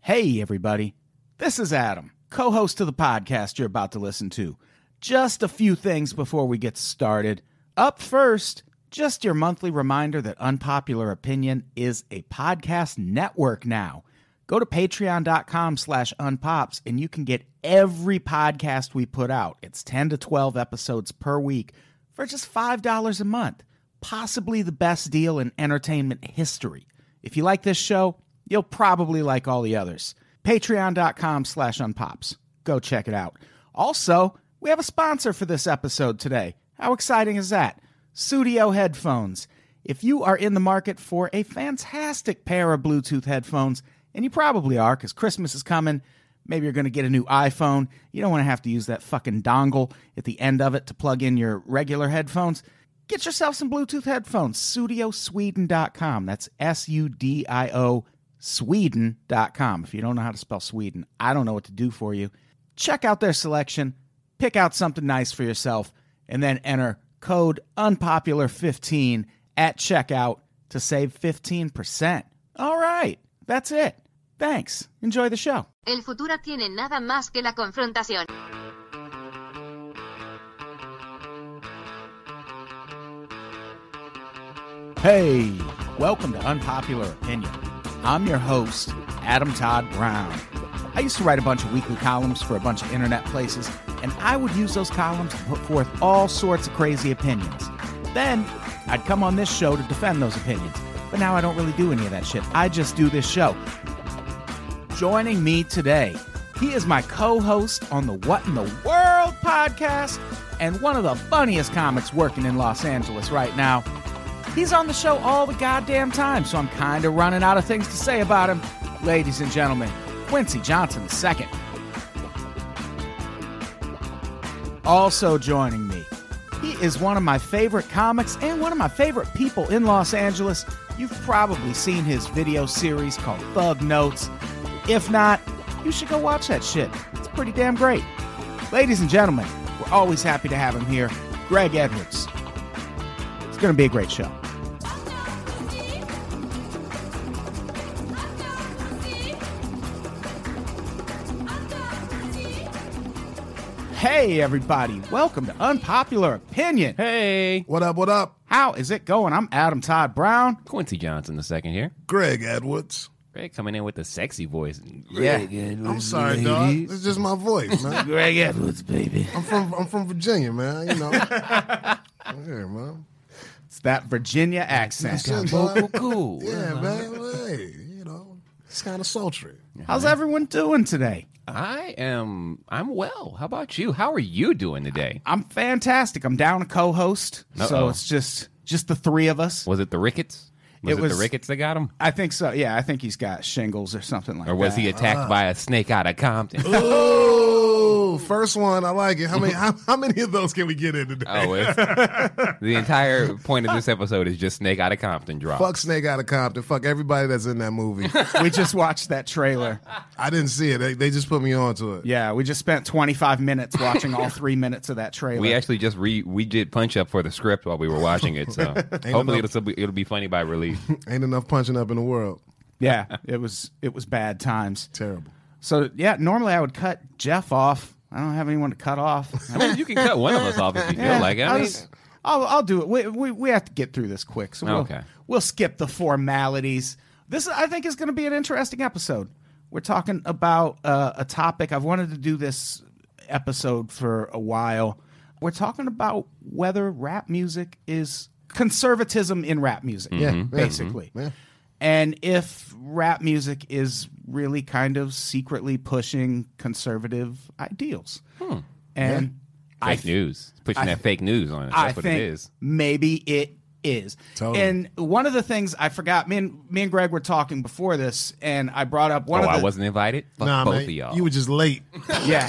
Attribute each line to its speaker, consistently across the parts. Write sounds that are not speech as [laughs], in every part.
Speaker 1: Hey, everybody. This is Adam, co host of the podcast you're about to listen to. Just a few things before we get started. Up first, just your monthly reminder that Unpopular Opinion is a podcast network now. Go to patreon.com slash unpops and you can get every podcast we put out. It's 10 to 12 episodes per week for just $5 a month. Possibly the best deal in entertainment history. If you like this show, you'll probably like all the others. Patreon.com slash unpops. Go check it out. Also, we have a sponsor for this episode today. How exciting is that? Studio headphones. If you are in the market for a fantastic pair of Bluetooth headphones, and you probably are because Christmas is coming, maybe you're going to get a new iPhone, you don't want to have to use that fucking dongle at the end of it to plug in your regular headphones. Get yourself some Bluetooth headphones. Studiosweden.com. That's S U D I O Sweden.com. If you don't know how to spell Sweden, I don't know what to do for you. Check out their selection, pick out something nice for yourself, and then enter code unpopular15 at checkout to save 15%. All right, that's it. Thanks. Enjoy the show.
Speaker 2: El futuro tiene nada más que la confrontación.
Speaker 1: Hey, welcome to Unpopular Opinion. I'm your host, Adam Todd Brown. I used to write a bunch of weekly columns for a bunch of internet places, and I would use those columns to put forth all sorts of crazy opinions. Then I'd come on this show to defend those opinions. But now I don't really do any of that shit. I just do this show. Joining me today, he is my co host on the What in the World podcast and one of the funniest comics working in Los Angeles right now. He's on the show all the goddamn time, so I'm kind of running out of things to say about him. Ladies and gentlemen, Quincy Johnson II. Also joining me, he is one of my favorite comics and one of my favorite people in Los Angeles. You've probably seen his video series called Thug Notes. If not, you should go watch that shit. It's pretty damn great. Ladies and gentlemen, we're always happy to have him here, Greg Edwards. It's going to be a great show. Hey, everybody, welcome to Unpopular Opinion.
Speaker 3: Hey,
Speaker 4: What up? What up?
Speaker 1: How is it going? I'm Adam Todd Brown.
Speaker 3: Quincy Johnson the second here.
Speaker 4: Greg Edwards.
Speaker 3: Greg coming in with the sexy voice.
Speaker 4: I'm sorry, dog. It's just my
Speaker 3: [laughs]
Speaker 4: voice, man.
Speaker 1: Greg Edwards, baby.
Speaker 4: I'm from I'm from Virginia, man. You know. Yeah, man.
Speaker 1: It's that Virginia accent.
Speaker 4: Shit,
Speaker 3: Vocal
Speaker 4: dog.
Speaker 3: cool.
Speaker 4: [laughs] Yeah, man. Hey, you know, it's kind of sultry.
Speaker 1: How's everyone doing today?
Speaker 3: I am. I'm well. How about you? How are you doing today?
Speaker 1: I'm fantastic. I'm down a co-host, so
Speaker 3: Uh-oh.
Speaker 1: it's just just the three of us.
Speaker 3: Was it the rickets? Was
Speaker 1: It
Speaker 3: it,
Speaker 1: was-
Speaker 3: the rickets that got him,
Speaker 1: I think so. Yeah, I think he's got shingles or something like that.
Speaker 3: or was he attacked by a snake out of Compton?
Speaker 4: Oh, first one. I like it. How many how, how many of those can we get in today?
Speaker 1: [laughs]
Speaker 3: oh, it's, the entire point of this episode is just snake out of Compton drop.
Speaker 4: Fuck Snake out of Compton. Fuck everybody that's in
Speaker 3: [laughs]
Speaker 4: that movie.
Speaker 1: we just watched that trailer.
Speaker 4: I didn't see it. They, they just put me on to it.
Speaker 1: Yeah, we just spent 25 minutes watching all three minutes of that trailer.
Speaker 3: We actually just re we did punch up for the script while we were watching it, so hopefully it'll still be, it'll be funny by release.
Speaker 4: Ain't enough punching up in the world.
Speaker 1: yeah, it was it was bad times.
Speaker 4: Terrible.
Speaker 1: So yeah, normally I would cut Jeff off. I don't have anyone to cut off.
Speaker 3: [laughs] I mean, you can cut one of us off if you feel
Speaker 1: Yeah,
Speaker 3: like it. I
Speaker 1: I'll,
Speaker 3: mean,
Speaker 1: just- I'll, I'll do it. We, we, we have to get through this quick, so we'll,
Speaker 3: Okay.
Speaker 1: we'll skip the formalities. This I think is going to be an interesting episode. We're talking about uh, a topic I've wanted to do this episode for a while. We're talking about whether rap music is conservatism in rap music,
Speaker 4: Mm-hmm. Yeah,
Speaker 1: basically,
Speaker 4: yeah.
Speaker 1: and if rap music is really kind of secretly pushing conservative ideals,
Speaker 3: Hmm.
Speaker 1: and.
Speaker 3: fake news, It's pushing that fake news on us. That's
Speaker 1: I
Speaker 3: what
Speaker 1: think
Speaker 3: it is.
Speaker 1: maybe it is.
Speaker 4: Totally.
Speaker 1: And one of the things I forgot, me and, me and Greg were talking before this, and I brought up one
Speaker 3: Oh,
Speaker 1: of the.
Speaker 3: I
Speaker 1: [laughs]
Speaker 3: wasn't invited. Fuck
Speaker 4: Nah,
Speaker 3: both
Speaker 4: man.
Speaker 3: of y'all.
Speaker 4: You were just late.
Speaker 1: Yeah.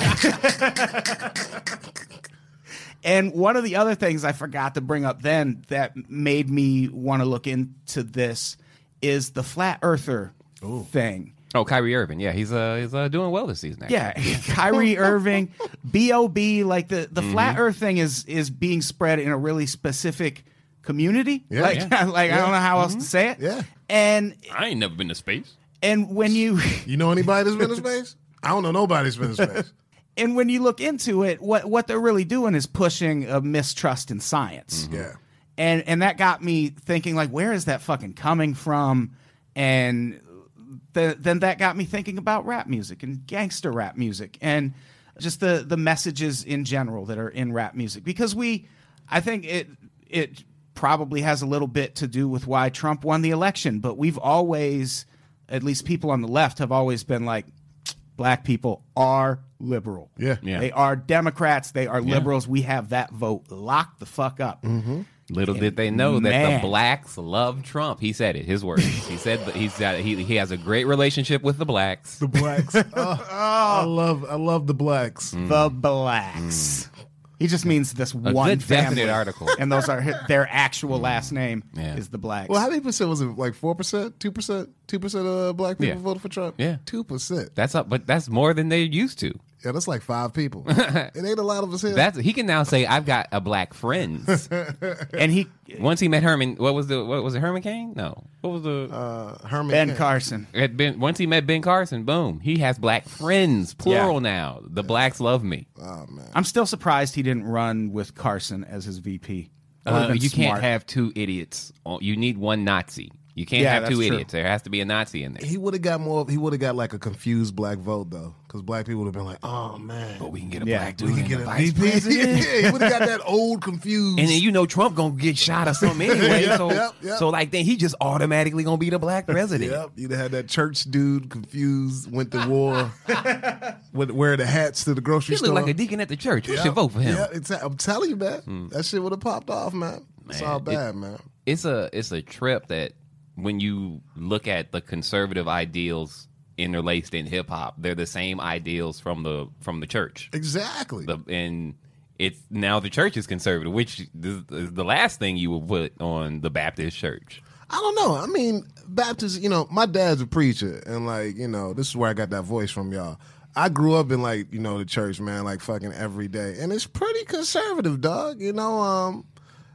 Speaker 1: [laughs] and one of the other things I forgot to bring up then that made me want to look into this is the flat earther thing.
Speaker 3: oh, Kyrie Irving. Yeah, he's uh he's uh, doing well this season. Actually.
Speaker 4: [laughs]
Speaker 1: Yeah, [laughs] Kyrie Irving, B.O.B. Like the, the
Speaker 4: Mm-hmm.
Speaker 1: flat Earth thing is is being spread in a really specific community. [laughs]
Speaker 4: Yeah. Mm-hmm.
Speaker 1: like like I don't know how else to say it.
Speaker 4: Yeah.
Speaker 1: and
Speaker 3: I ain't never been to space.
Speaker 1: And when you [laughs]
Speaker 4: You know anybody that's been in space? I don't know nobody's been in space.
Speaker 1: and when you look into it, what what they're really doing is pushing a mistrust in science.
Speaker 4: [laughs] Yeah.
Speaker 1: and and that got me thinking like where is that fucking coming from and th- then that got me thinking about rap music and gangster rap music and just the the messages in general that are in rap music because we i think it it probably has a little bit to do with why trump won the election but we've always at least people on the left have always been like black people are liberal
Speaker 4: Yeah.
Speaker 3: Yeah.
Speaker 1: they are democrats they are liberals we have that vote locked the fuck up
Speaker 3: Little did they know
Speaker 1: Man.
Speaker 3: that the blacks love Trump. He said it. His words. He said that he's got he he has a great relationship with the blacks.
Speaker 4: The [laughs] blacks. Oh, I love I love the blacks.
Speaker 1: the blacks. He just means this
Speaker 3: A
Speaker 1: one
Speaker 3: good definite
Speaker 1: family.
Speaker 3: article.
Speaker 1: and those are hi- their actual last name
Speaker 3: Yeah.
Speaker 1: is the blacks.
Speaker 4: Well, how many percent was it? Like four percent, two percent, two percent of uh, black people
Speaker 3: Yeah.
Speaker 4: voted for Trump.
Speaker 3: Yeah.
Speaker 4: two percent.
Speaker 3: That's up, but that's more than they're used to.
Speaker 4: Yeah, that's like five
Speaker 3: [laughs]
Speaker 4: people. it ain't a lot of us here.
Speaker 3: That's he can now say I've got a
Speaker 1: [laughs]
Speaker 3: black friends.
Speaker 1: and he
Speaker 3: Once he met Herman, what was the what was it Herman Cain? No, what was the
Speaker 4: uh, Herman
Speaker 1: Ben
Speaker 4: Cain.
Speaker 1: Carson.
Speaker 3: had been once he met Ben Carson, boom, he has black friends, plural
Speaker 1: Yeah.
Speaker 3: now. The blacks love me.
Speaker 1: I'm still surprised he didn't run with Carson as his VP. That would've
Speaker 3: Uh,
Speaker 1: been
Speaker 3: you
Speaker 1: smart.
Speaker 3: can't have two idiots. Oh, You need one Nazi. You can't
Speaker 1: Yeah,
Speaker 3: have two
Speaker 1: that's true.
Speaker 3: idiots. There has to be a Nazi in there.
Speaker 4: He would have got more. He would have got like a confused black vote though, because black people would have been like, "Oh man,
Speaker 3: But we can get a
Speaker 1: Yeah,
Speaker 3: black
Speaker 1: we
Speaker 3: dude. in
Speaker 4: get
Speaker 3: the
Speaker 4: a
Speaker 3: vice
Speaker 4: [laughs] VP." yeah, he would have got that old confused.
Speaker 3: And then you know Trump gonna get shot or
Speaker 4: [laughs]
Speaker 3: something anyway.
Speaker 4: Yep,
Speaker 3: so,
Speaker 4: yep, yep.
Speaker 3: so like then he just automatically gonna be the black president.
Speaker 4: [laughs] Yep, you'd have had that church dude confused, went to war,
Speaker 3: [laughs]
Speaker 4: went wearing the hats to the
Speaker 3: He
Speaker 4: grocery store.
Speaker 3: looked [laughs] like a deacon at the church. We
Speaker 4: Yep,
Speaker 3: should vote for him.
Speaker 4: Yeah, exa- I'm telling you, man, that shit would have popped off, man. It's
Speaker 3: Hmm. Man,
Speaker 4: all
Speaker 3: it-
Speaker 4: bad, man.
Speaker 3: It's a it's a trip that when you look at the conservative ideals interlaced in hip hop, they're the same ideals from the from the church.
Speaker 4: Exactly.
Speaker 3: The, and it's now the church is conservative, which is is the last thing you would put on the Baptist church.
Speaker 4: I don't know. I mean, Baptist, you know, my dad's a preacher, and like, you know, this is where I got that voice from, y'all. I grew up in like, you know, the church, man, like fucking every day, and it's pretty conservative, dog. You know, um,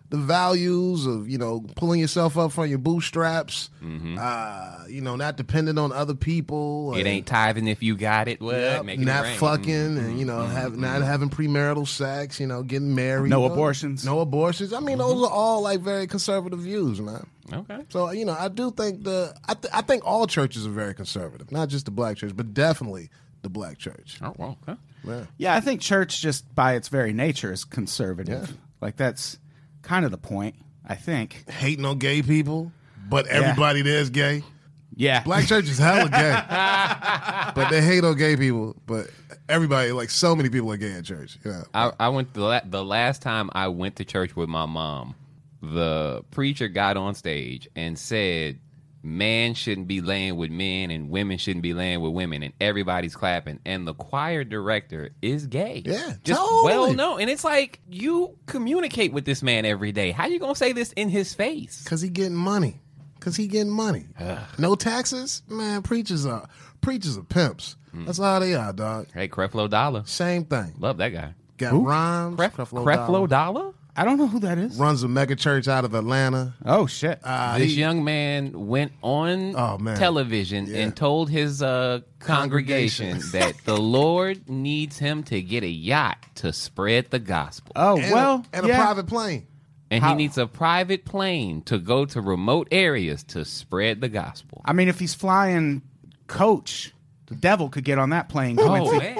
Speaker 4: the values of you know pulling yourself up from your bootstraps, uh, you know, not dependent on other people.
Speaker 3: It
Speaker 4: and-
Speaker 3: ain't tithing if you got it. What?
Speaker 4: Yep,
Speaker 3: Making it
Speaker 4: not
Speaker 3: rain.
Speaker 4: fucking, and you know, have, not having premarital sex, you know, getting married,
Speaker 1: No
Speaker 4: you know,
Speaker 1: abortions.
Speaker 4: no abortions. I mean, those are all like very conservative views, man.
Speaker 3: Okay.
Speaker 4: So you know, I do think the I, th- I think all churches are very conservative, not just the black church, but definitely the black church.
Speaker 3: Oh, well, okay.
Speaker 4: Yeah.
Speaker 1: Yeah, I think church just by its very nature is conservative.
Speaker 4: Yeah.
Speaker 1: Like that's kind of the point, I think.
Speaker 4: Hating on gay people, but everybody there's gay.
Speaker 1: Yeah.
Speaker 4: Black church is
Speaker 3: [laughs]
Speaker 4: hella gay, but they hate on gay people. But everybody, like so many people, are gay at church. Yeah,
Speaker 3: I, I went the, la- the last time I went to church with my mom. The preacher got on stage and said, "Man shouldn't be laying with men, and women shouldn't be laying with women," and everybody's clapping. And the choir director is gay.
Speaker 4: Yeah,
Speaker 3: just
Speaker 4: totally.
Speaker 3: well known. And it's like you communicate with this man every day. How you gonna say this in his face?
Speaker 4: Cause he getting money. Cause he getting money. no taxes, man. Preachers are preachers are pimps.
Speaker 3: Hmm.
Speaker 4: That's all they are, dog.
Speaker 3: Hey, Creflo Dollar,
Speaker 4: Same thing.
Speaker 3: love that guy.
Speaker 4: Got rhymes.
Speaker 3: Cref-
Speaker 4: Creflo
Speaker 3: Creflo,
Speaker 4: Dollar.
Speaker 3: Dollar.
Speaker 1: I don't know who that is.
Speaker 4: runs a mega church out of Atlanta.
Speaker 1: Oh shit.
Speaker 4: Uh,
Speaker 3: this
Speaker 4: he-
Speaker 3: young man went on
Speaker 4: Oh, man.
Speaker 3: television
Speaker 4: Yeah.
Speaker 3: and told his uh, congregation, that
Speaker 4: [laughs]
Speaker 3: the Lord needs him to get a yacht to spread the gospel.
Speaker 1: oh,
Speaker 4: and
Speaker 1: well.
Speaker 4: a, and
Speaker 1: yeah.
Speaker 4: a private plane.
Speaker 3: and
Speaker 1: how-
Speaker 3: he needs a private plane to go to remote areas to spread the gospel.
Speaker 1: I mean if he's flying coach, the devil could get on that plane. Quincy.
Speaker 3: Oh, man.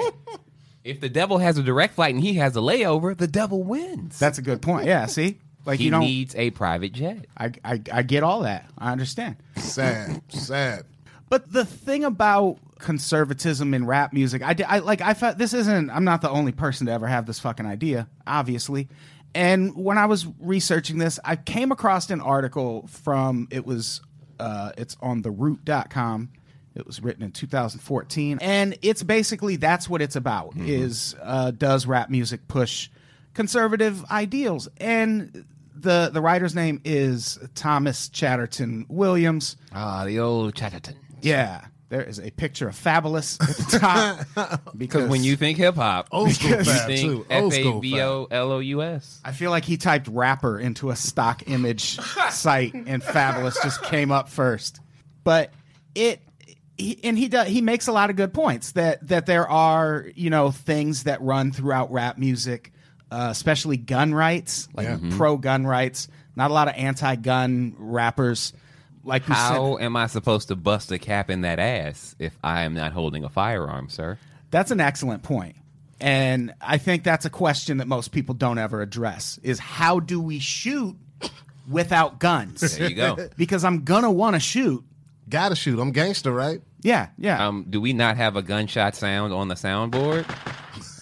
Speaker 3: If the devil has a direct flight and he has a layover, the devil wins.
Speaker 1: That's a good point. Yeah, see? Like
Speaker 3: he
Speaker 1: you don't
Speaker 3: needs a private jet.
Speaker 1: I, I I get all that. I understand.
Speaker 4: Sad, sad.
Speaker 1: But the thing about conservatism in rap music, I, di- I like I felt this isn't I'm not the only person to ever have this fucking idea, obviously. And when I was researching this, I came across an article from it was uh, it's on theroot.com. It was written in 2014 and it's basically that's what it's about is uh, does rap music push conservative ideals and the the writer's name is Thomas Chatterton Williams.
Speaker 3: Ah, the old Chatterton.
Speaker 1: Yeah, there is a picture of Fabulous at the top because
Speaker 3: Because when you think hip hop,
Speaker 4: Old school
Speaker 3: you
Speaker 4: fab,
Speaker 3: think
Speaker 4: too. Old
Speaker 3: F
Speaker 4: school
Speaker 3: A B O L O U S.
Speaker 1: I feel like he typed rapper into a stock image site and Fabulous just came up first. But it he, and he does he makes a lot of good points that that there are you know things that run throughout rap music uh, especially gun rights like pro gun rights not a lot of anti-gun rappers like you said-
Speaker 3: How am I supposed to bust a cap in that ass if I am not holding a firearm, sir?
Speaker 1: That's an excellent point. And I think that's a question that most people don't ever address is how do we shoot without guns?
Speaker 3: There you
Speaker 1: [laughs]
Speaker 3: go.
Speaker 1: because I'm gonna want to shoot.
Speaker 4: Gotta shoot. I'm gangster, right?
Speaker 1: Yeah, yeah.
Speaker 3: Um, do we not have a gunshot sound on the soundboard?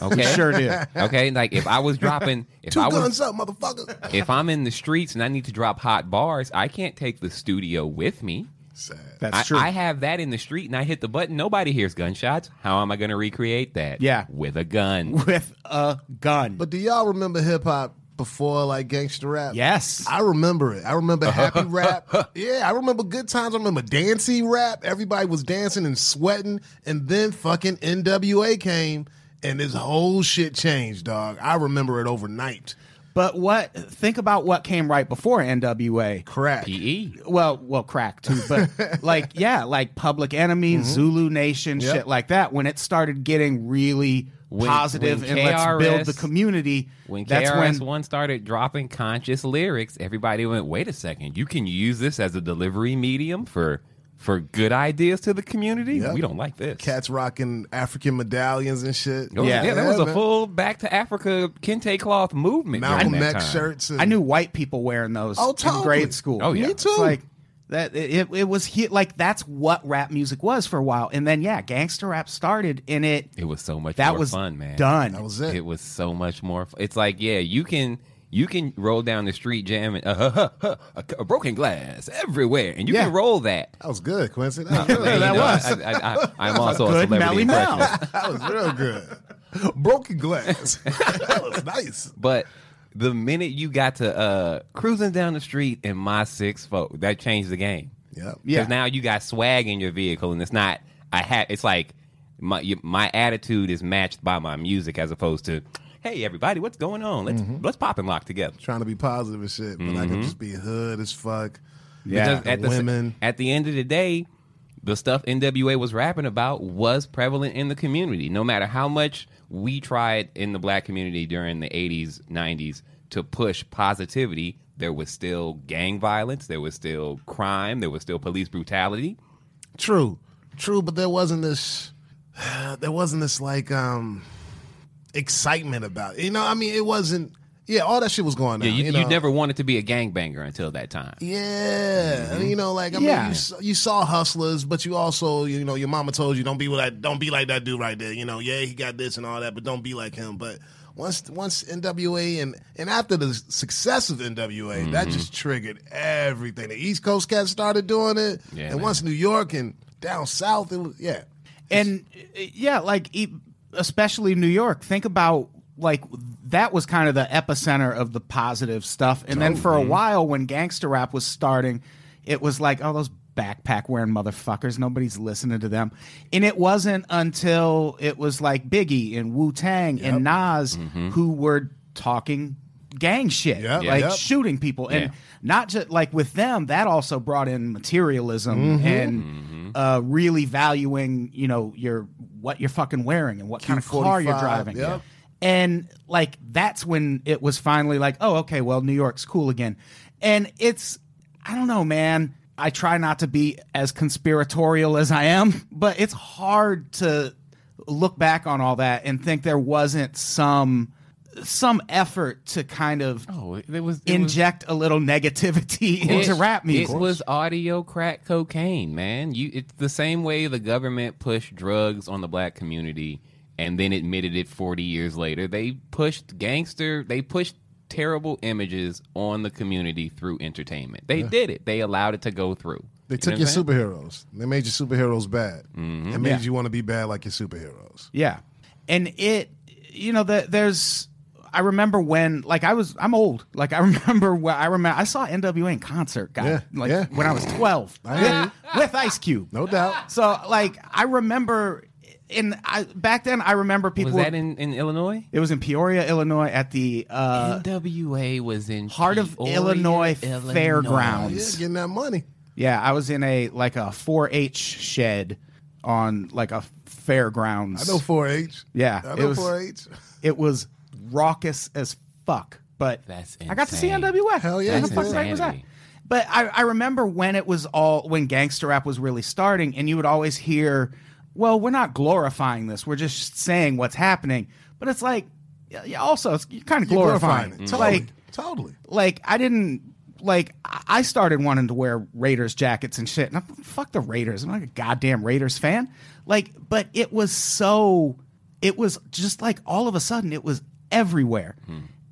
Speaker 3: Okay.
Speaker 1: Sure
Speaker 3: [laughs]
Speaker 1: do.
Speaker 3: Okay, like if I was dropping, if
Speaker 4: Two
Speaker 3: I was
Speaker 4: guns up, motherfucker.
Speaker 3: if I'm in the streets and I need to drop hot bars, I can't take the studio with me.
Speaker 4: Sad.
Speaker 1: That's
Speaker 3: I,
Speaker 1: true.
Speaker 3: I have that in the street and I hit the button. Nobody hears gunshots. How am I going to recreate that?
Speaker 1: Yeah.
Speaker 3: With a gun.
Speaker 1: With a gun.
Speaker 4: But do y'all remember hip hop before like gangster rap?
Speaker 1: yes.
Speaker 4: I remember it.
Speaker 3: [laughs]
Speaker 4: I remember happy rap. Yeah, I remember good times. I remember dancey rap. Everybody was dancing and sweating, and then fucking NWA came, and this whole shit changed, dog. I remember it overnight.
Speaker 1: but what think about what came right before NWA.
Speaker 4: Crack.
Speaker 3: PE.
Speaker 1: well, well, crack too, but
Speaker 3: [laughs]
Speaker 1: like, yeah, like Public
Speaker 3: Mm-hmm.
Speaker 1: Enemy, Zulu Nation,
Speaker 4: Yep.
Speaker 1: shit like that. When it started getting really
Speaker 3: When-
Speaker 1: positive and
Speaker 3: when
Speaker 1: let's build
Speaker 3: KRS
Speaker 1: the community,
Speaker 3: When
Speaker 1: that's
Speaker 3: KRS
Speaker 1: when
Speaker 3: One started dropping conscious lyrics, everybody went, "Wait a second! You can use this as a delivery medium for for good ideas to the community.
Speaker 4: Yep.
Speaker 3: We don't like this."
Speaker 4: Cats rocking African medallions and shit.
Speaker 3: Oh, yeah,
Speaker 1: Yeah.
Speaker 3: there was a
Speaker 4: man.
Speaker 3: full back to Africa kente cloth movement.
Speaker 4: Malcolm
Speaker 3: during that
Speaker 4: X
Speaker 3: time.
Speaker 4: shirts. And
Speaker 1: I knew white people wearing those
Speaker 4: Oh,
Speaker 1: in
Speaker 4: totally.
Speaker 1: grade school.
Speaker 3: Oh, yeah. Me
Speaker 1: It's
Speaker 4: too.
Speaker 1: like that. It, it was hit like that's what rap music was for a while, and then yeah, gangster rap started, and it
Speaker 3: It was so much
Speaker 1: that
Speaker 3: more
Speaker 1: was
Speaker 3: fun, man.
Speaker 1: done.
Speaker 4: that was it.
Speaker 3: It was so much more. F- it's like, yeah, you can you can roll down the street jamming uh, huh, huh, huh, a, c- a broken glass everywhere, and you
Speaker 1: Yeah.
Speaker 3: can roll that.
Speaker 4: that was good, Quincy.
Speaker 3: [laughs]
Speaker 4: That was,
Speaker 3: You
Speaker 4: good.
Speaker 3: know,
Speaker 1: was.
Speaker 3: I, I, I, I'm also a
Speaker 1: good
Speaker 3: celebrity
Speaker 1: Melly Mel.
Speaker 3: impressionist.
Speaker 4: that was real good. Broken glass. [laughs] that was nice.
Speaker 3: But the minute you got to uh, cruising down the street in my six folk, that changed the game.
Speaker 4: Yep.
Speaker 1: Yeah.
Speaker 3: Because now you got swag in your vehicle, and it's not I had. It's like my you, my attitude is matched by my music, as opposed to, hey everybody, what's going on? Let's let's pop and lock together.
Speaker 4: Trying to be positive and shit, but I could just be hood as fuck.
Speaker 1: Yeah.
Speaker 3: Because Mm-hmm. at the,
Speaker 4: Women.
Speaker 3: At the end of the day, the stuff NWA was rapping about was prevalent in the community. No matter how much we tried in the black community during the 80s, 90s to push positivity, there was still gang violence, there was still crime, there was still police brutality.
Speaker 4: True, true, but there wasn't this, [sighs] there wasn't this like um excitement about it. You know, I mean, it wasn't. Yeah, all that shit was going on.
Speaker 3: Yeah, you,
Speaker 4: you,
Speaker 3: you,
Speaker 4: know?
Speaker 3: never wanted to be a gangbanger until that time.
Speaker 4: Yeah,
Speaker 3: Mm-hmm.
Speaker 4: and, you know, like I
Speaker 1: Yeah.
Speaker 4: mean, you, saw- you saw hustlers, but you also, you know, your mama told you don't be like don't be like that dude right there. You know, yeah, he got this and all that, but don't be like him. But once once NWA and and after the success of NWA,
Speaker 3: Mm-hmm.
Speaker 4: that just triggered everything. The East Coast cats started doing it,
Speaker 3: Yeah,
Speaker 4: and
Speaker 3: man.
Speaker 4: once New York and down south, it was yeah.
Speaker 1: and uh, yeah, like e- especially New York. Think about like that was kind of the epicenter of the positive stuff, and then for a while when gangster rap was starting, it was like oh those backpack wearing motherfuckers, nobody's listening to them, and it wasn't until it was like Biggie and Wu Tang and Nas who were talking gang shit
Speaker 4: Mm-hmm. Yep.
Speaker 1: like
Speaker 4: Yep.
Speaker 1: shooting people and
Speaker 3: Yeah.
Speaker 1: not just like with them that also brought in materialism
Speaker 3: Mm-hmm.
Speaker 1: and uh really valuing you know your what you're fucking wearing and what kind of car you're
Speaker 4: Q45,
Speaker 1: driving
Speaker 4: yep.
Speaker 1: and like that's when it was finally like oh okay well new york's cool again and it's i don't know man i try not to be as conspiratorial as i am [laughs] but it's hard to look back on all that and think there wasn't some some effort to kind of
Speaker 3: Oh, it was
Speaker 1: inject a little negativity into rap music.
Speaker 3: It was audio crack cocaine, man. You, it's the same way the government pushed drugs on the black community and then admitted it 40 years later. They pushed gangster, they pushed terrible images on the community through entertainment. They did it. They allowed it to go through.
Speaker 4: They
Speaker 3: You
Speaker 4: took
Speaker 3: know what
Speaker 4: your
Speaker 3: I'm saying? Mm-hmm.
Speaker 4: superheroes. They made your superheroes bad. It made
Speaker 1: Yeah.
Speaker 4: you want to be bad like your superheroes.
Speaker 1: Yeah. And it, you know, the, there's, I remember when, like, I was, I'm old. Like, I [laughs] remember where I remember, I saw NWA in concert, guy.
Speaker 4: Yeah,
Speaker 1: Like,
Speaker 4: yeah.
Speaker 1: when I was 12
Speaker 4: I hear
Speaker 1: with, with Ice Cube.
Speaker 3: [laughs]
Speaker 4: No doubt.
Speaker 1: So, like, I remember, and I, back then, I remember people.
Speaker 3: Was that in, in Illinois?
Speaker 1: it was in Peoria, Illinois at the uh,
Speaker 3: NWA was in
Speaker 1: Heart of
Speaker 3: Peoria,
Speaker 1: Illinois
Speaker 3: Illinois.
Speaker 1: Fairgrounds.
Speaker 4: Yeah, getting that money.
Speaker 1: Yeah, I was in a like a 4-H shed on like a fairgrounds.
Speaker 4: I know 4-H.
Speaker 1: Yeah,
Speaker 4: I
Speaker 1: it
Speaker 4: know
Speaker 1: was-
Speaker 4: 4-H.
Speaker 1: It was raucous as fuck, but
Speaker 3: That's
Speaker 1: I got to see
Speaker 3: insane.
Speaker 1: NWA.
Speaker 4: Hell yeah,
Speaker 1: What the
Speaker 4: that's
Speaker 1: fuck right was that?
Speaker 3: insanity.
Speaker 1: But I, I remember when it was all when gangster rap was really starting, and you would always hear, "Well, we're not glorifying this; we're just saying what's happening." But it's like, yeah, yeah, also, it's, you're kind of
Speaker 4: You're
Speaker 1: glorifying,
Speaker 4: glorifying
Speaker 1: it.
Speaker 4: it.
Speaker 1: Like,
Speaker 4: Totally. Totally.
Speaker 1: like I didn't like I I started wanting to wear Raiders jackets and shit. And I'm fuck the Raiders. I'm not a goddamn Raiders fan. Like, but it was so it was just like all of a sudden it was everywhere.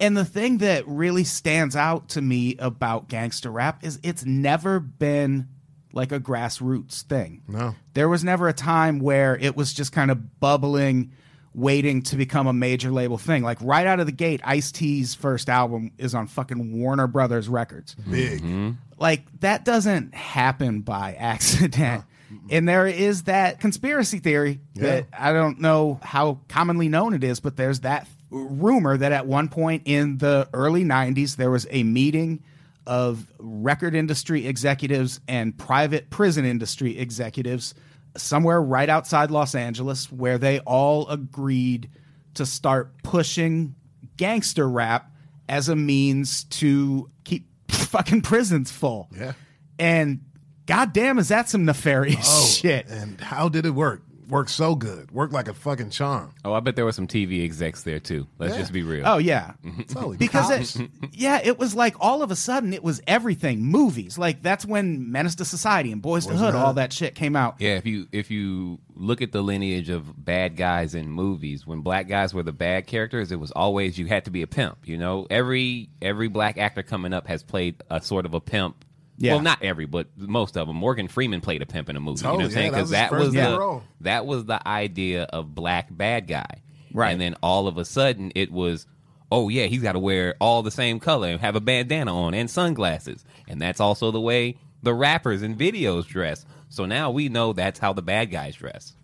Speaker 1: And the thing that really stands out to me about gangster rap is it's never been like a grassroots thing.
Speaker 4: No.
Speaker 1: There was never a time where it was just kind of bubbling, waiting to become a major label thing. Like right out of the gate, Ice T's first album is on fucking Warner Brothers Records.
Speaker 4: Big.
Speaker 1: Mm-hmm. Like that doesn't happen by [laughs] accident. And there is that conspiracy theory that I don't know how commonly known it is, but there's that rumor that at one point in the early 90s, there was a meeting of record industry executives and private prison industry executives somewhere right outside Los Angeles where they all agreed to start pushing gangster rap as a means to keep [laughs] fucking prisons full.
Speaker 4: Yeah.
Speaker 1: And goddamn, is that some nefarious shit?
Speaker 4: Oh, And how did it work? Worked so good. Worked like a fucking charm.
Speaker 3: Oh, I bet there were some TV execs there too. Let's
Speaker 4: Yeah.
Speaker 3: just be real.
Speaker 1: Oh yeah, [laughs]
Speaker 4: Totally.
Speaker 1: because
Speaker 4: Cops.
Speaker 1: it, yeah, it was like all of a sudden it was everything. Movies, like that's when Menace to Society and Boys to Hood, all that shit came out. [laughs]
Speaker 3: Yeah, if you if you look at the lineage of bad guys in movies, when black guys were the bad characters, it was always you had to be a pimp. You know, every every black actor coming up has played a sort of a pimp.
Speaker 1: Yeah.
Speaker 3: Well, not every, but most of them. Morgan Freeman played a pimp in a movie. you know what
Speaker 4: Totally,
Speaker 3: I'm saying?
Speaker 4: yeah, that was his
Speaker 3: that
Speaker 4: first
Speaker 3: was
Speaker 4: big
Speaker 3: the
Speaker 4: role.
Speaker 3: that was the idea of black bad guy.
Speaker 1: Right.
Speaker 3: And then all of a sudden it was, oh yeah, he's got to wear all the same color and have a bandana on and sunglasses. And that's also the way the rappers in videos dress. So now we know that's how the bad guys dress.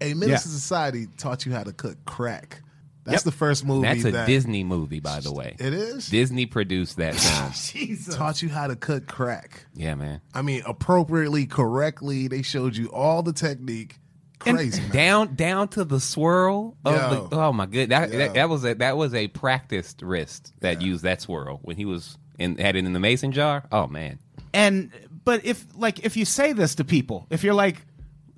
Speaker 4: A Menace
Speaker 1: Yeah.
Speaker 4: to Society taught you how to cook crack. That's
Speaker 1: Yep.
Speaker 4: the first movie
Speaker 3: That's a
Speaker 4: that
Speaker 3: Disney movie, by the way.
Speaker 4: It is?
Speaker 3: Disney produced that
Speaker 4: [laughs]
Speaker 3: film.
Speaker 1: Jesus.
Speaker 4: taught you how to cook crack.
Speaker 3: yeah, man.
Speaker 4: I mean, appropriately, correctly. They showed you all the technique. Crazy. man.
Speaker 3: Down, down to the swirl of
Speaker 4: Yo.
Speaker 3: the. Oh my good, that,
Speaker 4: Yo.
Speaker 3: that, that was a that was a practiced wrist that used that swirl when he was in had it in the mason jar. Oh man,
Speaker 1: And but if like if you say this to people, if you're like,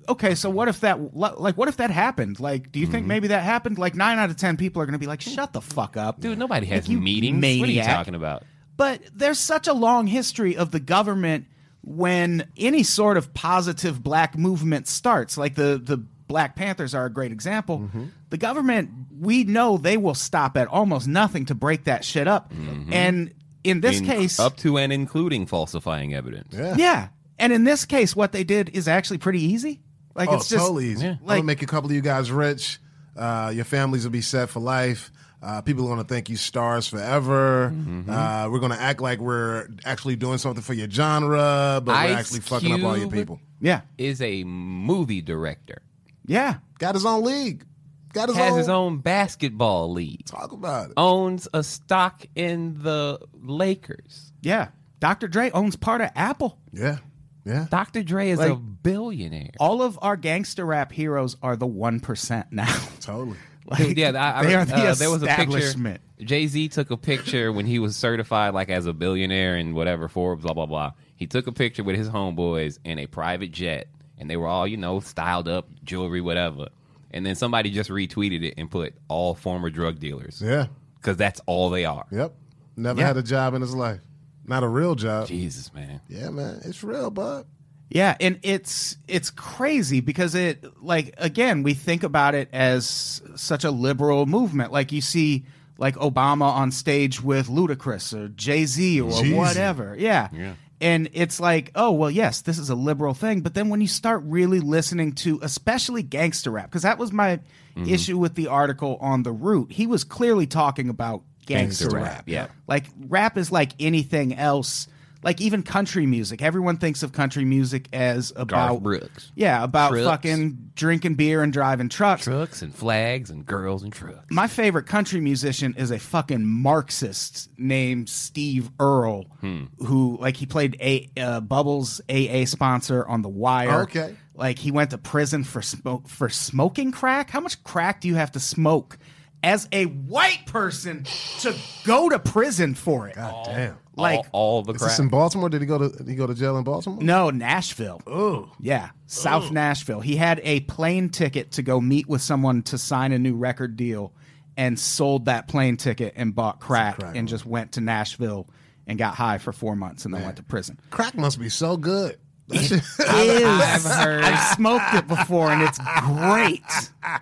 Speaker 1: okay, so what if that like what if that happened? Like, do you think maybe that happened? Like nine out of ten people are gonna be like, shut the fuck up,
Speaker 3: dude, nobody has
Speaker 1: Like, you
Speaker 3: meetings. What are you
Speaker 1: maniac.
Speaker 3: talking about?
Speaker 1: But there's such a long history of the government when any sort of positive black movement starts, like the the Black Panthers are a great example. The government, we know they will stop at almost nothing to break that shit up. And in this
Speaker 3: In-
Speaker 1: case,
Speaker 3: up to and including falsifying evidence.
Speaker 4: Yeah.
Speaker 1: [laughs] yeah. And in this case, what they did is actually pretty easy. Like
Speaker 4: oh,
Speaker 1: it's just
Speaker 4: totally easy. I'm
Speaker 1: like-
Speaker 4: gonna make a couple of you guys rich. Uh, your families will be set for life. Uh, people are gonna think you stars forever.
Speaker 3: Mm-hmm.
Speaker 4: Uh, we're gonna act like we're actually doing something for your genre, but
Speaker 3: Ice
Speaker 4: we're actually fucking up all your
Speaker 3: Cube.
Speaker 4: people.
Speaker 1: yeah,
Speaker 3: Is a movie director
Speaker 1: yeah.
Speaker 4: Got his own league. Got his,
Speaker 3: has
Speaker 4: own,
Speaker 3: his own basketball league,
Speaker 4: Talk about it.
Speaker 3: owns a stock in the Lakers.
Speaker 1: Yeah. Dr. Dre owns part of Apple.
Speaker 4: Yeah, yeah.
Speaker 3: Dr. Dre is a
Speaker 1: Like-
Speaker 3: billionaire.
Speaker 1: All of our gangster rap heroes are the 1% now. [laughs]
Speaker 4: Totally.
Speaker 1: Like,
Speaker 3: yeah, I, I,
Speaker 1: they are the
Speaker 3: uh, there was a picture.
Speaker 1: establishment.
Speaker 3: Jay Z took a picture when he was certified like as a billionaire and whatever Forbes, blah blah blah. He took a picture with his homeboys in a private jet, and they were all you know styled up, jewelry, whatever. And then somebody just retweeted it and put all former drug dealers
Speaker 4: Yeah.
Speaker 3: because that's all they are.
Speaker 4: Yep. Never
Speaker 1: Yeah.
Speaker 4: had a job in his life. Not a real job.
Speaker 3: Jesus, man.
Speaker 4: Yeah, man. It's real, bud.
Speaker 1: Yeah, and it's it's crazy because it like again we think about it as such a liberal movement. Like you see like Obama on stage with Ludacris or Jay Z or
Speaker 4: Jeezy.
Speaker 1: whatever. Yeah.
Speaker 3: Yeah.
Speaker 1: And it's like, oh well, yes, this is a liberal thing. But then when you start really listening to, especially gangster rap, because that was my issue with the article on the root. He was clearly talking about gangster,
Speaker 3: Gangsta
Speaker 1: rap.
Speaker 3: rap, yeah.
Speaker 1: Like rap is like anything else. like even country music. Everyone thinks of country music as
Speaker 3: Garth
Speaker 1: about
Speaker 3: Brooks.
Speaker 1: yeah, about
Speaker 3: Trucks.
Speaker 1: fucking drinking beer and driving trucks.
Speaker 3: Trucks and flags and girls and trucks.
Speaker 1: My favorite country musician is a fucking Marxist named Steve Earle,
Speaker 3: Hmm.
Speaker 1: who like he played a uh, Bubbles AA sponsor on The Wire.
Speaker 4: Okay.
Speaker 1: like he went to prison for smoke for smoking crack. How much crack do you have to smoke as a white person to go to prison for it?
Speaker 4: God damn.
Speaker 1: Like
Speaker 3: all, all the
Speaker 4: Is this
Speaker 3: crap.
Speaker 4: in Baltimore? Did he go to did he go to jail in Baltimore?
Speaker 1: No, Nashville. Oh. Yeah, South Nashville. He had a plane ticket to go meet with someone to sign a new record deal and sold that plane ticket and bought crack,
Speaker 4: crack
Speaker 1: and just went to Nashville and got high for four months and then went to prison.
Speaker 4: Crack must be so
Speaker 3: [laughs]
Speaker 4: good. [laughs] That shit-
Speaker 1: I've,
Speaker 3: heard-
Speaker 1: smoked it before and it's great.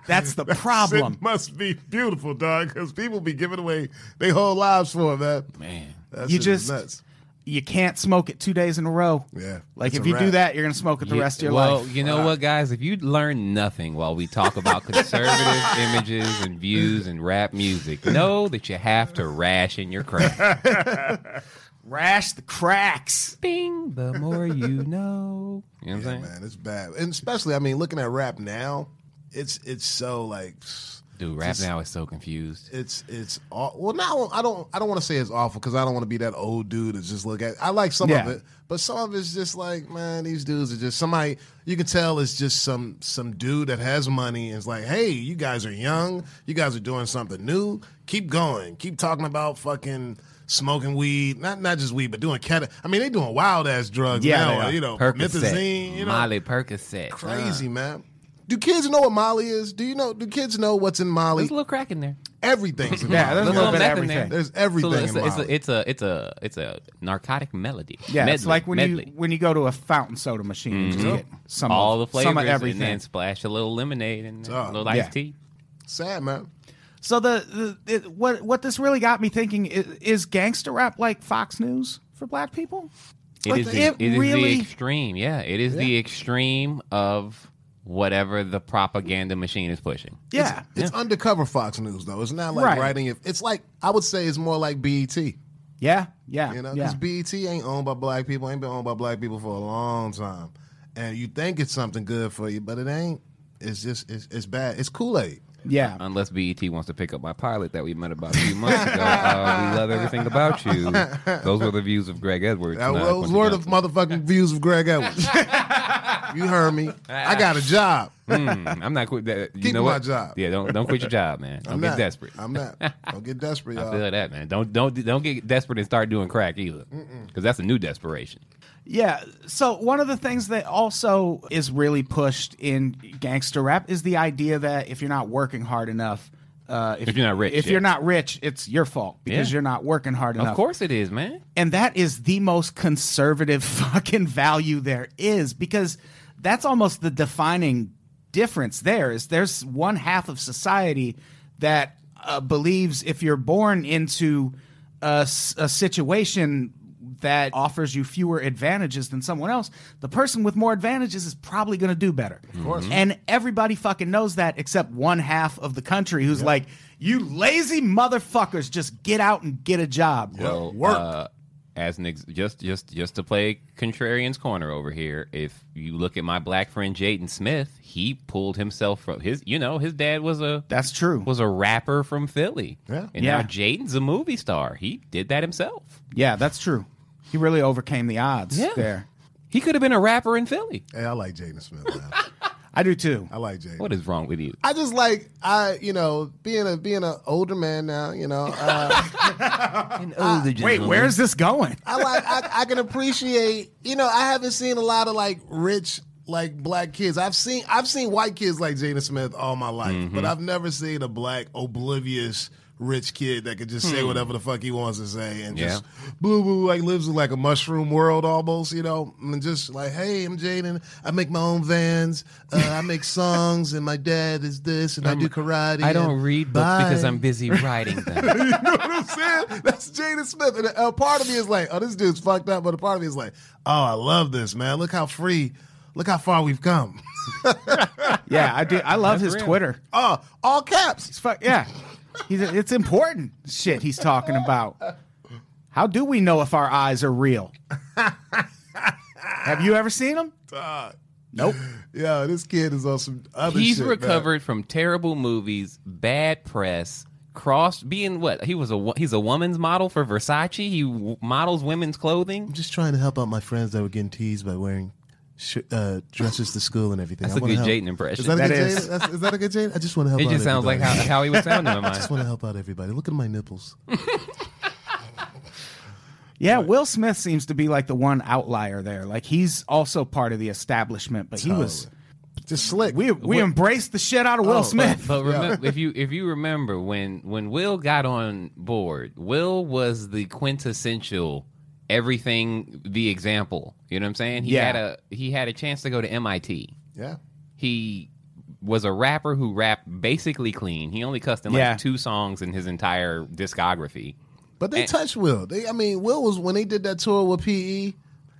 Speaker 1: That's the problem.
Speaker 4: It must be beautiful, dog, because people be giving away their whole lives for it, man.
Speaker 3: Man.
Speaker 4: That
Speaker 1: You
Speaker 4: shit is
Speaker 1: just
Speaker 4: nuts.
Speaker 1: you can't smoke it two days in a row.
Speaker 4: Yeah,
Speaker 1: Like
Speaker 4: it's
Speaker 1: if
Speaker 4: a
Speaker 1: you do
Speaker 4: wrap.
Speaker 1: that, you're gonna smoke it the
Speaker 3: Yeah,
Speaker 1: rest of your
Speaker 3: well,
Speaker 1: life.
Speaker 3: you know what, guys? If you learn nothing while we talk
Speaker 1: [laughs]
Speaker 3: about conservative images and views and rap music, know that you have to ration
Speaker 1: [laughs]
Speaker 3: your crack.
Speaker 1: Rash the cracks.
Speaker 3: Bing, the more you know. You know what I'm saying?
Speaker 4: man, it's bad, and especially I mean, looking at rap now, it's it's so like
Speaker 3: Dude, rap now is so confused.
Speaker 4: it's it's aw- well now I don't I don't want to say it's awful because I don't want to be that old dude that's just look at I like some
Speaker 1: Yeah.
Speaker 4: of it but some of it's just like man these dudes are just somebody you can tell it's just some some dude that has money and is like hey you guys are young you guys are doing something new keep going keep talking about fucking smoking weed not not just weed but doing cat I mean they doing wild ass drugs
Speaker 1: Yeah,
Speaker 4: now
Speaker 1: they are. uh.
Speaker 4: you know
Speaker 3: Percocet.
Speaker 4: methazine you know
Speaker 3: Molly Percocet. Uh,
Speaker 4: crazy man do kids know what Molly is do you know do kids know what's in Molly
Speaker 3: There's a little crack in there.
Speaker 4: everything's
Speaker 1: [laughs]
Speaker 4: in
Speaker 1: Yeah,
Speaker 4: Molly.
Speaker 1: there's a little bit of
Speaker 3: meth in there.
Speaker 1: everything.
Speaker 4: There's everything
Speaker 3: So it's,
Speaker 4: in
Speaker 3: a, it's,
Speaker 4: Molly.
Speaker 3: a, it's a it's a it's a narcotic melody.
Speaker 1: Yeah, it's
Speaker 3: Medley,
Speaker 1: like when
Speaker 3: medley. Mm-hmm.
Speaker 1: you when you go to a fountain soda machine and just get some
Speaker 3: all
Speaker 1: of,
Speaker 3: the flavors
Speaker 1: some of
Speaker 3: and
Speaker 1: everything.
Speaker 3: then splash a little lemonade and
Speaker 4: Oh,
Speaker 3: a little iced
Speaker 1: yeah.
Speaker 3: tea.
Speaker 4: sad man.
Speaker 1: so the, the it, what what this really got me thinking is, is gangster rap like Fox News for black people?
Speaker 3: It
Speaker 1: Like,
Speaker 3: is
Speaker 1: it
Speaker 3: the, it is
Speaker 1: really-
Speaker 3: the extreme. Yeah, it is the extreme of whatever the propaganda machine is pushing.
Speaker 1: Yeah,
Speaker 4: It's undercover Fox News though. It's not like
Speaker 1: Right.
Speaker 4: writing it. It's like I would say it's more like BET. You
Speaker 1: yeah, yeah,
Speaker 4: know,
Speaker 1: yeah.
Speaker 4: because BET ain't owned by black people. Ain't been owned by black people for a long time. And you think it's something good for you, but it ain't. It's just it's, it's bad. It's Kool Aid.
Speaker 1: yeah.
Speaker 3: Unless BET wants to pick up my pilot that we met about a few months ago. uh, we love everything about you. Those were the views of Greg Edwards.
Speaker 4: That
Speaker 3: not
Speaker 4: was
Speaker 3: Quincy
Speaker 4: word of
Speaker 3: Johnson.
Speaker 4: motherfucking
Speaker 3: [laughs]
Speaker 4: views of Greg Edwards. [laughs] you heard me. I got a job.
Speaker 3: Mm, [laughs] I'm not quit. That, you
Speaker 4: Keep
Speaker 3: know
Speaker 4: my
Speaker 3: what?
Speaker 4: job.
Speaker 3: Yeah, don't don't quit your job, man. Don't
Speaker 4: I'm
Speaker 3: get
Speaker 4: not Uh,
Speaker 3: desperate. i
Speaker 4: I'm not. Don't get
Speaker 3: [laughs]
Speaker 4: desperate, y'all.
Speaker 3: feel that, man. Don't don't don't get desperate and start doing crack either, because that's a new desperation.
Speaker 1: Yeah. So one of the things that also is really pushed in gangster rap is the idea that if you're not working hard enough, uh,
Speaker 3: If you're not rich,
Speaker 1: if
Speaker 3: yeah.
Speaker 1: you're not rich, it's your fault because
Speaker 3: Yeah.
Speaker 1: you're not working hard enough.
Speaker 3: Of course it is, man.
Speaker 1: And that is the most conservative [laughs] fucking value there is because that's almost the defining difference there is there's one half of society that uh, believes if you're born into a, s- a situation that offers you fewer advantages than someone else, the person with more advantages is probably going to do better. Of course. And everybody fucking knows that except one half of the country who's like, you lazy motherfuckers, just get out and get a job.
Speaker 3: Well,
Speaker 4: work.
Speaker 3: Uh, as an ex- just just just to play contrarian's corner over here, if you look at my black friend Jaden Smith, he pulled himself from his. You know, his dad was a
Speaker 1: That's true.
Speaker 3: was a rapper from Philly.
Speaker 4: Yeah.
Speaker 3: and
Speaker 1: Yeah.
Speaker 3: now Jaden's a movie star. He did that himself.
Speaker 1: Yeah, that's true. He really overcame the odds
Speaker 3: Yeah.
Speaker 1: there.
Speaker 3: He could have been a rapper in Philly.
Speaker 4: Hey, I like Jaden Smith. man.
Speaker 1: I do too.
Speaker 4: I like Jaden.
Speaker 3: What is wrong with you?
Speaker 4: I just like I, you know, being a being an older man now, you know, uh,
Speaker 3: Oh,
Speaker 4: Ah,
Speaker 1: Wait, where is this going?
Speaker 4: I like I, I can appreciate, you know, I haven't seen a lot of like rich like black kids. I've seen I've seen white kids like Jaden Smith all my life,
Speaker 3: Mm-hmm.
Speaker 4: but I've never seen a black oblivious rich kid that could just say whatever the fuck he wants to say and
Speaker 3: Hmm. Yeah.
Speaker 4: just boo boo like lives in like a mushroom world almost, you know, and just like, hey, I'm Jaden. I make my own vans. Uh, I make [laughs] songs, and my dad is this, and i do
Speaker 3: [laughs]
Speaker 4: karate.
Speaker 3: I don't
Speaker 4: and
Speaker 3: read books because
Speaker 4: bye."
Speaker 3: I'm
Speaker 4: [laughs]
Speaker 3: busy writing them.
Speaker 4: I'm saying? That's Jaden Smith. And a part of me is like, oh, this dude's fucked up. But a part of me is like, oh, I love this, man. Look how free, look how far we've come. [laughs]
Speaker 1: Yeah, I do. I love his
Speaker 3: real.
Speaker 1: Twitter.
Speaker 4: Oh, all caps.
Speaker 1: It's fuck yeah. He's, it's important shit he's talking about. How do we know if our eyes are real? Have you ever seen them?
Speaker 4: Dog.
Speaker 1: Nope.
Speaker 4: Yo, this kid is on some other
Speaker 3: He's
Speaker 4: shit, man.
Speaker 3: recovered from terrible movies, bad press, cross being what he was a wo- he's a woman's model for Versace. He w- models women's clothing.
Speaker 5: I'm just trying to help out my friends that were getting teased by wearing sh- uh, dresses to school and everything.
Speaker 3: That's
Speaker 5: I
Speaker 3: a
Speaker 5: wanna
Speaker 3: good
Speaker 5: help.
Speaker 3: Jayden
Speaker 5: Is
Speaker 3: impression.
Speaker 5: that,
Speaker 1: That
Speaker 5: a good
Speaker 1: is.
Speaker 5: Jayden? That's- is that a good Jayden? I just want to help
Speaker 3: [laughs] it
Speaker 5: out
Speaker 3: just sounds like how,
Speaker 5: everybody.
Speaker 4: [laughs]
Speaker 3: how he was sounding in
Speaker 5: I just
Speaker 3: mind.
Speaker 5: want to help out everybody. Look at my
Speaker 3: [laughs]
Speaker 5: nipples.
Speaker 1: Yeah, Will Smith seems to be like the one outlier there. Like he's also part of the establishment, but he was
Speaker 4: just slick.
Speaker 1: we we embraced the shit out of Will Smith.
Speaker 3: But remember, if you if you remember when when Will got on board, Will was the quintessential everything the example. You know what I'm saying? He
Speaker 1: Yeah.
Speaker 3: had a he had a chance to go to MIT.
Speaker 4: yeah.
Speaker 3: He was a rapper who rapped basically clean. He only cussed in like
Speaker 1: Yeah.
Speaker 3: two songs in his entire discography.
Speaker 4: But they touched Will. They, I mean, Will was when they did that tour with PE.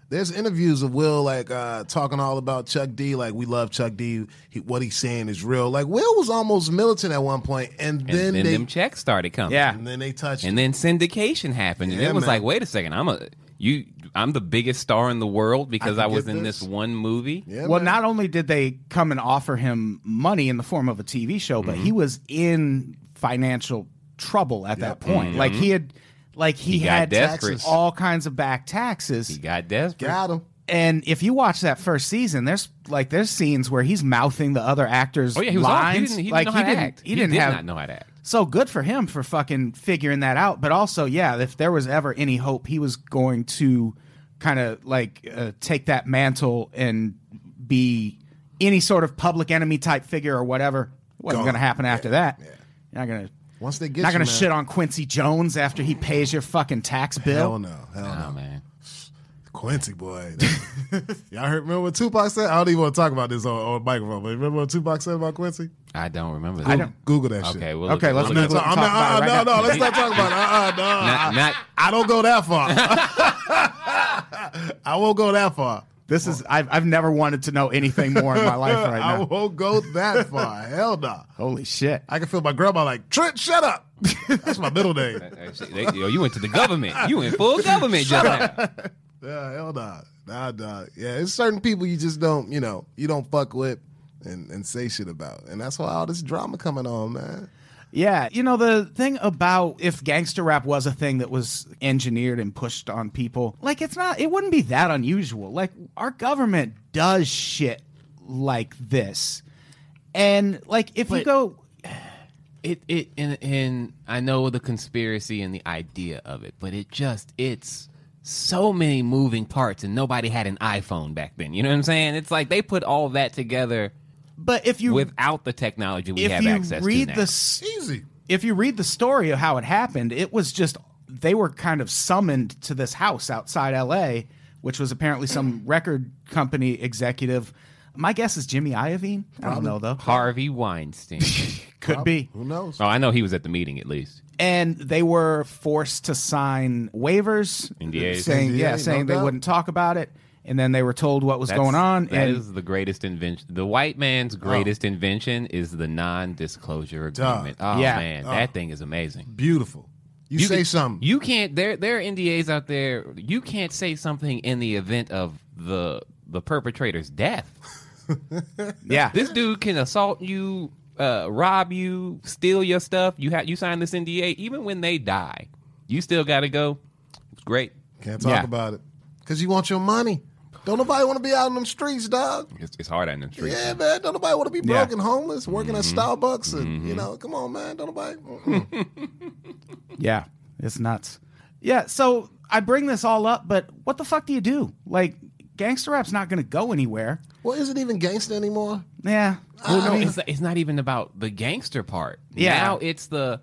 Speaker 4: There's interviews of Will like uh, talking all about Chuck D. Like we love Chuck D. He, what he's saying is real. Like Will was almost militant at one point, and
Speaker 3: And
Speaker 4: then
Speaker 3: then,
Speaker 4: they
Speaker 3: them checks started coming.
Speaker 1: Yeah.
Speaker 4: [laughs] and then they touched.
Speaker 3: And then syndication happened, and
Speaker 4: Yeah,
Speaker 3: it was
Speaker 4: man.
Speaker 3: like, wait a second, I'm a you, I'm the biggest star in the world because I,
Speaker 4: can
Speaker 3: was
Speaker 4: get
Speaker 3: in
Speaker 4: this.
Speaker 3: this one movie.
Speaker 4: yeah,
Speaker 1: well,
Speaker 4: man.
Speaker 1: not only did they come and offer him money in the form of a TV show, but
Speaker 3: Mm-hmm.
Speaker 1: he was in financial trouble at that point. Like he had like he,
Speaker 3: Mm-hmm. He got
Speaker 1: had
Speaker 3: desperate.
Speaker 1: taxes, all kinds of back taxes.
Speaker 3: He got desperate.
Speaker 4: got him.
Speaker 1: and if you watch that first season, there's like there's scenes where he's mouthing the other actors'
Speaker 3: Oh yeah, he was off.
Speaker 1: lines.
Speaker 3: He didn't, he didn't
Speaker 1: like
Speaker 3: know how
Speaker 1: he
Speaker 3: to
Speaker 1: didn't
Speaker 3: act.
Speaker 1: he, didn't
Speaker 3: did
Speaker 1: have
Speaker 3: not know how to act.
Speaker 1: So good for him for fucking figuring that out. But also, yeah, if there was ever any hope he was going to kind of like uh, take that mantle and be any sort of public enemy type figure or whatever, it wasn't
Speaker 4: Gone.
Speaker 1: going to happen after that. You're not going to.
Speaker 4: Once they get
Speaker 1: Not
Speaker 4: you,
Speaker 1: gonna
Speaker 4: man.
Speaker 1: shit on Quincy Jones after he pays your fucking tax
Speaker 4: Hell
Speaker 1: bill.
Speaker 4: no, hell no.
Speaker 3: Oh man,
Speaker 4: Quincy boy. [laughs] Y'all heard remember what Tupac said? I don't even want to talk about this on, on microphone, but remember what Tupac said about Quincy?
Speaker 3: I don't remember. That.
Speaker 1: I don't.
Speaker 4: Google that shit.
Speaker 3: Okay, we'll
Speaker 1: Okay, let's
Speaker 3: look, we'll
Speaker 1: not
Speaker 3: look
Speaker 1: talk-
Speaker 4: I'm not,
Speaker 1: about it
Speaker 4: uh,
Speaker 1: right
Speaker 4: no,
Speaker 1: now.
Speaker 4: no, let's not talk about
Speaker 1: [laughs]
Speaker 4: it. Uh, uh, no, I-
Speaker 3: Not, not
Speaker 4: I don't go that far. [laughs] I won't go that far.
Speaker 1: This is I've I've never wanted to know anything more in my life right
Speaker 4: [laughs] I
Speaker 1: now.
Speaker 4: won't go
Speaker 1: [laughs]
Speaker 4: that far. Hell no.
Speaker 1: Holy shit!
Speaker 4: I can feel my grandma like, Trent, shut up. [laughs] That's my
Speaker 1: [laughs]
Speaker 4: middle name.
Speaker 3: They- yo, you went to the government. You went full
Speaker 4: [laughs]
Speaker 3: government just now.
Speaker 4: Yeah, hell nah. Nah, nah. Yeah, it's certain people you just don't, you know, you don't fuck with and, and say shit about. And that's why all this drama coming on, man.
Speaker 1: Yeah, you know the thing about if gangster rap was a thing that was engineered and pushed on people, like it's not it wouldn't be that unusual. Like our government does shit like this. And like if you
Speaker 3: But-
Speaker 1: go
Speaker 3: It it and and I know the conspiracy and the idea of it, but it just it's so many moving parts, and nobody had an iPhone back then. You know what I'm saying? It's like they put all that together
Speaker 1: but if you
Speaker 3: without the technology we
Speaker 1: if
Speaker 3: have
Speaker 1: you
Speaker 3: access
Speaker 1: read
Speaker 3: to now.
Speaker 1: the s-
Speaker 4: Easy.
Speaker 1: if you read the story of how it happened, it was just they were kind of summoned to this house outside LA, which was apparently some
Speaker 3: [clears throat]
Speaker 1: record company executive. My guess is Jimmy Iovine. I don't know though. [laughs]
Speaker 3: Harvey Weinstein.
Speaker 1: Could be.
Speaker 4: Who knows?
Speaker 3: oh, I know he was at the meeting at least.
Speaker 1: and they were forced to sign waivers
Speaker 3: NDAs.
Speaker 1: saying
Speaker 4: NDA,
Speaker 1: yeah
Speaker 4: no
Speaker 1: saying they
Speaker 4: doubt.
Speaker 1: wouldn't talk about it and then they were told what was going on
Speaker 3: That
Speaker 1: and Oh.
Speaker 3: is the greatest invention. The white man's greatest invention is the non-disclosure agreement. Oh
Speaker 1: Yeah.
Speaker 3: man, that thing is amazing.
Speaker 4: Beautiful. You, say
Speaker 3: can-
Speaker 4: something.
Speaker 3: You can't. There, there are NDAs out there. You can't say something in the event of the the perpetrator's death.
Speaker 1: yeah
Speaker 3: This dude can assault you, uh, rob you, steal your stuff. You have you sign this NDA. Even when they die, you still got to go. It's great.
Speaker 4: Can't talk
Speaker 1: Yeah.
Speaker 4: about it. Because you want your money. Don't nobody want to be out in them streets, dog.
Speaker 3: It's, it's hard out in the streets.
Speaker 4: Yeah, man. Don't nobody want to be
Speaker 1: Yeah. Mm-hmm.
Speaker 4: broken, homeless, working at Starbucks, and you know, come on, man.
Speaker 1: [laughs]
Speaker 4: Don't nobody. Mm-hmm. Mm-mm.
Speaker 1: yeah it's nuts yeah so i bring this all up but what the fuck do you do like gangster rap's not going to go anywhere
Speaker 4: well, is it even gangster anymore?
Speaker 1: yeah
Speaker 3: Well,
Speaker 4: I
Speaker 3: no,
Speaker 4: mean-
Speaker 3: it's, it's not even about the gangster part.
Speaker 1: Yeah.
Speaker 3: Now it's the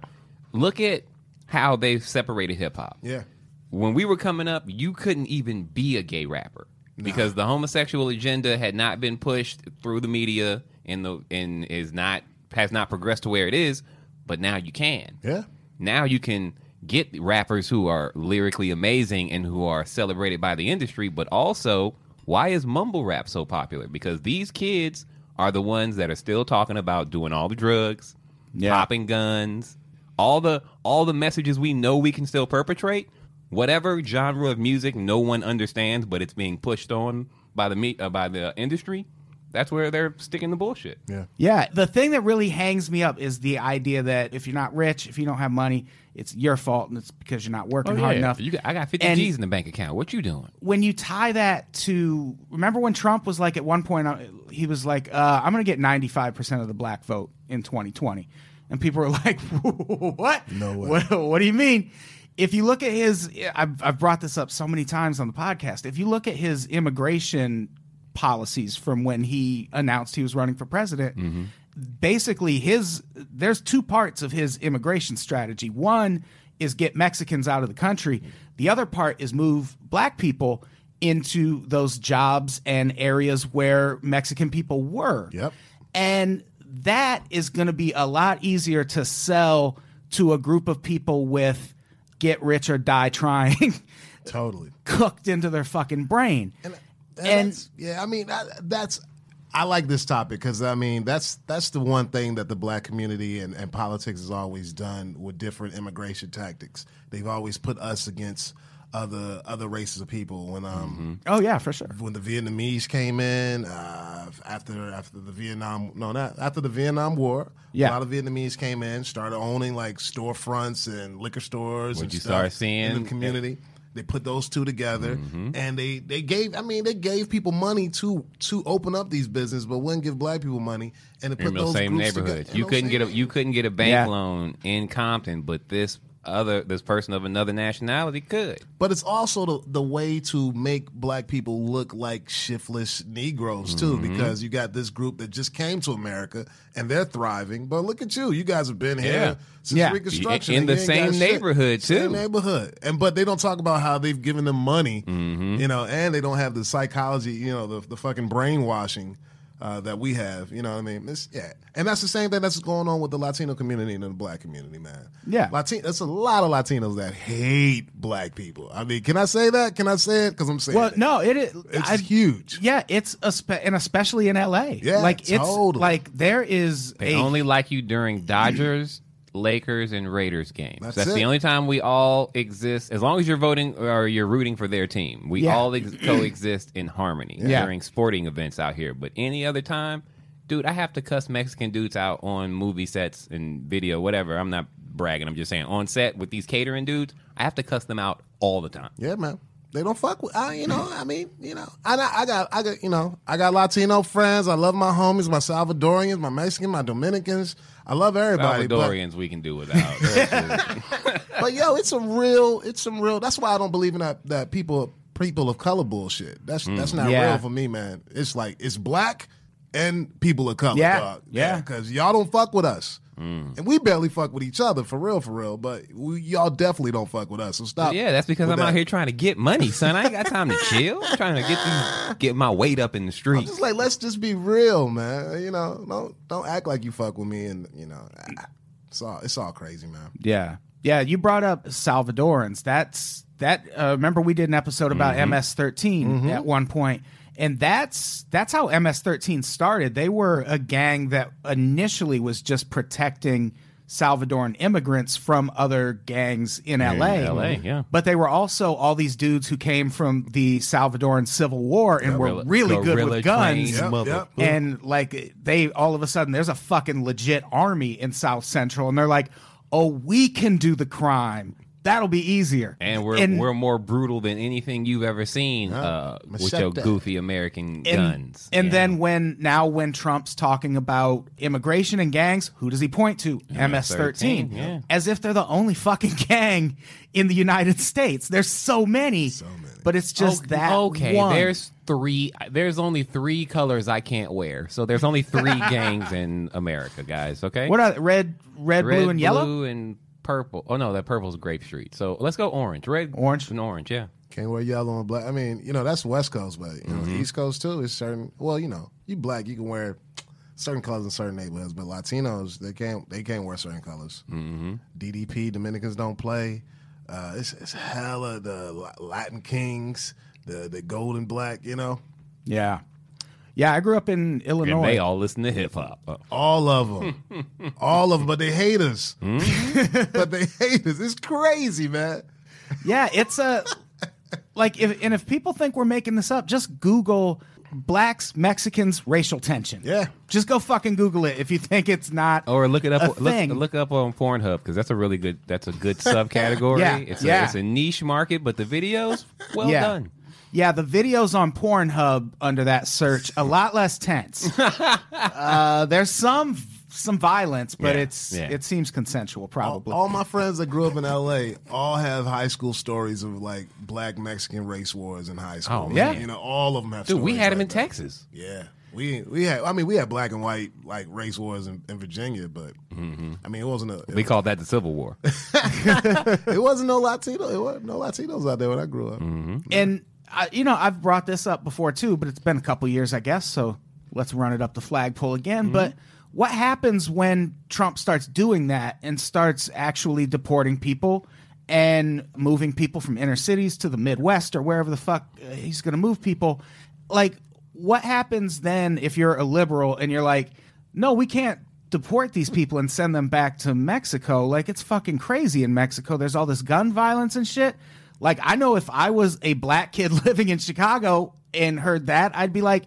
Speaker 3: look at how they've separated hip hop.
Speaker 4: Yeah,
Speaker 3: When we were coming up, you couldn't even be a gay rapper because the homosexual agenda had not been pushed through the media and the and is not has not progressed to where it is, but now you can.
Speaker 4: yeah.
Speaker 3: Now you can get rappers who are lyrically amazing and who are celebrated by the industry, but also why is mumble rap so popular? Because these kids are the ones that are still talking about doing all the drugs, popping guns, all the all the messages we know we can still perpetrate. whatever genre of music no one understands, but it's being pushed on by the me- uh, by the industry. That's where they're sticking the bullshit.
Speaker 5: Yeah.
Speaker 1: Yeah, the thing that really hangs me up is the idea that if you're not rich, if you don't have money, it's your fault and it's because you're not working
Speaker 3: Oh,
Speaker 1: hard enough.
Speaker 3: You got, I got 50
Speaker 1: And-
Speaker 3: G's in the bank account. What you doing?
Speaker 1: when you tie that to remember when Trump was like at one point uh, he was like uh, I'm going to get 95 percent of the black vote in 2020, and people were [laughs] like, "What?
Speaker 5: No way.
Speaker 1: What, what do you mean?" If you look at his, I've, I've brought this up so many times on the podcast. If you look at his immigration policies from when he announced he was running for president,
Speaker 5: Mm-hmm.
Speaker 1: basically his there's two parts of his immigration strategy. One is get Mexicans out of the country. The other part is move black people into those jobs and areas where Mexican people were.
Speaker 4: Yep.
Speaker 1: And that is going to be a lot easier to sell to a group of people with get rich or die trying [laughs]
Speaker 5: Totally.
Speaker 1: cooked into their fucking brain.
Speaker 4: And,
Speaker 1: And-
Speaker 4: that's- yeah, I mean I, that's I like this topic because I mean that's that's the one thing that the black community and, and politics has always done with different immigration tactics. They've always put us against other other races of people. When um
Speaker 1: Oh yeah, for sure.
Speaker 4: when the Vietnamese came in uh, after after the Vietnam no not after the Vietnam War.
Speaker 1: Yeah.
Speaker 4: a lot of Vietnamese came in, started owning like storefronts and liquor stores.
Speaker 3: What
Speaker 4: and
Speaker 3: you
Speaker 4: stuff
Speaker 3: start seeing- Mm-hmm.
Speaker 4: in the community. They put those two together, and they they gave. I mean, they gave people money to to open up these businesses, but wouldn't give black people money. And it put
Speaker 3: in those
Speaker 4: those
Speaker 3: same
Speaker 4: groups
Speaker 3: neighborhoods.
Speaker 4: together-
Speaker 3: You
Speaker 4: in those
Speaker 3: couldn't get a
Speaker 4: same
Speaker 3: you couldn't get a bank
Speaker 1: Yeah.
Speaker 3: loan in Compton, but this other this person of another nationality could.
Speaker 4: But it's also the, the way to make black people look like shiftless Negroes too,
Speaker 3: Mm-hmm.
Speaker 4: because you got this group that just came to America and they're thriving. But look at you, you guys have been here
Speaker 3: Yeah.
Speaker 4: since
Speaker 1: Yeah.
Speaker 4: Reconstruction
Speaker 3: In
Speaker 4: and
Speaker 3: the
Speaker 4: you ain't got
Speaker 3: same
Speaker 4: shit.
Speaker 3: neighborhood,
Speaker 4: Same
Speaker 3: too.
Speaker 4: neighborhood. And but they don't talk about how they've given them money,
Speaker 3: Mm-hmm.
Speaker 4: you know, and they don't have the psychology, you know, the the fucking brainwashing. Uh, that we have, you know what I mean? It's, yeah, and that's the same thing that's going on with the Latino community and the Black community, man.
Speaker 1: Yeah.
Speaker 4: Latin. That's a lot of Latinos that hate black people. I mean, can I say that? Can I say it? Because I'm saying
Speaker 1: Well,
Speaker 4: it.
Speaker 1: no, it is.
Speaker 4: it's
Speaker 1: I-
Speaker 4: huge.
Speaker 1: Yeah, it's a spe- and especially in LA.
Speaker 4: Yeah,
Speaker 1: like it's
Speaker 4: totally.
Speaker 1: like there is
Speaker 3: They
Speaker 1: a
Speaker 3: only like you during Dodgers, Lakers, and Raiders games.
Speaker 4: That's
Speaker 3: That's, the
Speaker 4: it.
Speaker 3: only time we all exist. As long as you're voting or you're rooting for their team, we
Speaker 1: Yeah.
Speaker 3: all
Speaker 4: [clears throat]
Speaker 3: ex- coexist in harmony
Speaker 1: Yeah.
Speaker 3: during sporting events out here. But any other time, dude, I have to cuss Mexican dudes out on movie sets and video, whatever. I'm not bragging. I'm just saying on set with these catering dudes, I have to cuss them out all the time.
Speaker 4: Yeah, man. They don't fuck with. I, you know, I mean, you know, I, got- I got, I got, you know, I got Latino friends. I love my homies, my Salvadorians, my Mexicans, my Dominicans. I love everybody. but-
Speaker 3: Salvadorians we can
Speaker 1: [laughs]
Speaker 3: do without.
Speaker 4: but yo, it's some real. It's some real. That's why I don't believe in that. That people people of color bullshit. That's that's not
Speaker 1: Mm. Yeah.
Speaker 4: real for me, man. It's like it's black and people of color.
Speaker 1: Yeah.
Speaker 4: dog.
Speaker 1: Yeah. Mm.
Speaker 4: Because y'all don't fuck with us, and we barely fuck with each other for real, for real. But we, y'all definitely don't fuck with us. So stop.
Speaker 3: yeah, that's because
Speaker 4: with
Speaker 3: I'm
Speaker 4: that.
Speaker 3: out here trying to get money, son. I ain't got
Speaker 1: [laughs]
Speaker 3: time to chill. I'm trying to get these, get my weight up in the
Speaker 4: I'm
Speaker 3: street.
Speaker 4: just like, let's just be real, man. You know, don't don't act like you fuck with me, and you know, ah, it's all it's all crazy, man.
Speaker 1: Yeah. Yeah, you brought up Salvadorans. That's that uh, remember we did an episode about
Speaker 3: Mm-hmm.
Speaker 1: MS13
Speaker 4: Mm-hmm.
Speaker 1: at one point and that's that's how MS13 started. They were a gang that initially was just protecting Salvadoran immigrants from other gangs in LA.
Speaker 3: LA, yeah.
Speaker 1: But they were also all these dudes who came from the Salvadoran Civil War and were
Speaker 3: Guerrilla-
Speaker 1: really good
Speaker 3: guerrilla
Speaker 1: with guns.
Speaker 3: trained mother-
Speaker 4: yep.
Speaker 1: And like they all of a sudden there's a fucking legit army in South Central and they're like, "Oh, we can do the crime. That'll be easier."
Speaker 3: And we're we're more brutal than anything you've ever seen uh, with your
Speaker 4: Machete.
Speaker 3: goofy American
Speaker 1: and,
Speaker 3: guns.
Speaker 1: And
Speaker 3: Yeah.
Speaker 1: then when now when Trump's talking about immigration and gangs, who does he point to? MS-13.
Speaker 3: yeah.
Speaker 1: As if they're the only fucking [laughs] gang in the United States. There's so many. So
Speaker 4: many.
Speaker 1: But it's just
Speaker 3: okay,
Speaker 1: that
Speaker 3: okay,
Speaker 1: one.
Speaker 3: there's three. There's only three colors I can't wear, so there's only three
Speaker 1: [laughs]
Speaker 3: gangs in America, guys. Okay,
Speaker 1: what are red, red,
Speaker 3: red,
Speaker 1: blue, and yellow?
Speaker 3: blue, and purple. Oh no, that purple's Grape Street. So let's go orange, red,
Speaker 1: Orange.
Speaker 3: and orange. Yeah,
Speaker 4: Can't wear yellow and black. I mean, you know, that's West Coast, but you know, East Coast too is certain. Well, you know, you black, you can wear certain colors in certain neighborhoods, but Latinos they can't they can't wear certain colors. Mm-hmm. DDP Dominicans don't play. Uh, it's, it's hella the La- Latin Kings, the the Golden Black. You know,
Speaker 1: Yeah. Yeah, I grew up in Illinois.
Speaker 3: and they all listen to hip hop. Oh.
Speaker 4: all of them, [laughs] all of them, but they hate us. but they hate us. It's crazy, man.
Speaker 1: Yeah, it's a like if and if people think we're making this up, just Google blacks Mexicans racial tension.
Speaker 4: Yeah.
Speaker 1: just go fucking Google it if you think it's not.
Speaker 3: Or look it
Speaker 1: A
Speaker 3: up. Look,
Speaker 1: thing.
Speaker 3: look up on Pornhub because that's a really good. That's a good
Speaker 1: [laughs]
Speaker 3: subcategory.
Speaker 1: Yeah,
Speaker 3: It's
Speaker 1: yeah.
Speaker 3: a it's a niche market, but the videos, well
Speaker 1: yeah.
Speaker 3: done.
Speaker 1: Yeah, the videos on Pornhub under that search a lot less
Speaker 3: [laughs]
Speaker 1: tense. uh, there's some some violence, but
Speaker 3: Yeah,
Speaker 1: it's
Speaker 3: yeah.
Speaker 1: it seems consensual
Speaker 4: All,
Speaker 1: probably.
Speaker 4: Oh, all my friends that grew up in LA all have high school stories of like black Mexican race wars in high school.
Speaker 3: Oh, yeah.
Speaker 4: you know all of them have.
Speaker 3: Dude, we
Speaker 4: stories
Speaker 3: had them
Speaker 4: like
Speaker 3: in
Speaker 4: that.
Speaker 3: Texas.
Speaker 4: Yeah, we we had. I mean, we had black and white like race wars in, in Virginia, but I mean, it wasn't a.
Speaker 3: Mm-hmm. We called that the
Speaker 1: [laughs]
Speaker 3: Civil War.
Speaker 4: it wasn't no Latino. It wasn't no Latinos out there when I grew up.
Speaker 3: Mm-hmm.
Speaker 1: and I, you know I've brought this up before too, but it's been a couple years, I guess. So let's run it up the flagpole again. But what happens when Trump starts doing that and starts actually deporting people and moving people from inner cities to the Midwest or wherever the fuck uh, he's going to move people? Like, what happens then if you're a liberal and you're like, no, we can't deport these people and send them back to Mexico. Like it's fucking crazy in Mexico. There's all this gun violence and shit. Like I know if I was a black kid [laughs] living in Chicago and heard that, I'd be like,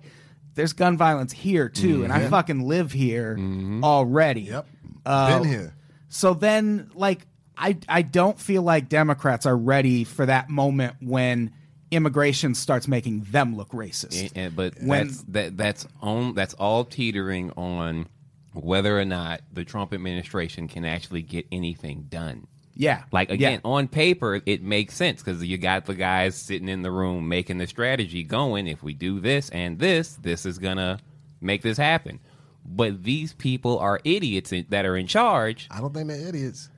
Speaker 1: there's gun violence here too, and I fucking live here already.
Speaker 4: Yep,
Speaker 1: Uh,
Speaker 3: Um,
Speaker 4: been here.
Speaker 1: So then, like, I I don't feel like Democrats are ready for that moment when immigration starts making them look racist.
Speaker 3: And- and- but
Speaker 1: When-
Speaker 3: that's, that that's on that's all teetering on whether or not the Trump administration can actually get anything done.
Speaker 1: yeah,
Speaker 3: Like
Speaker 1: Yeah.
Speaker 3: again, on paper, it makes sense because you got the guys sitting in the room making the strategy going. If we do this and this, this is gonna make this happen. But these people are idiots in- that are in charge.
Speaker 4: I don't think they're idiots.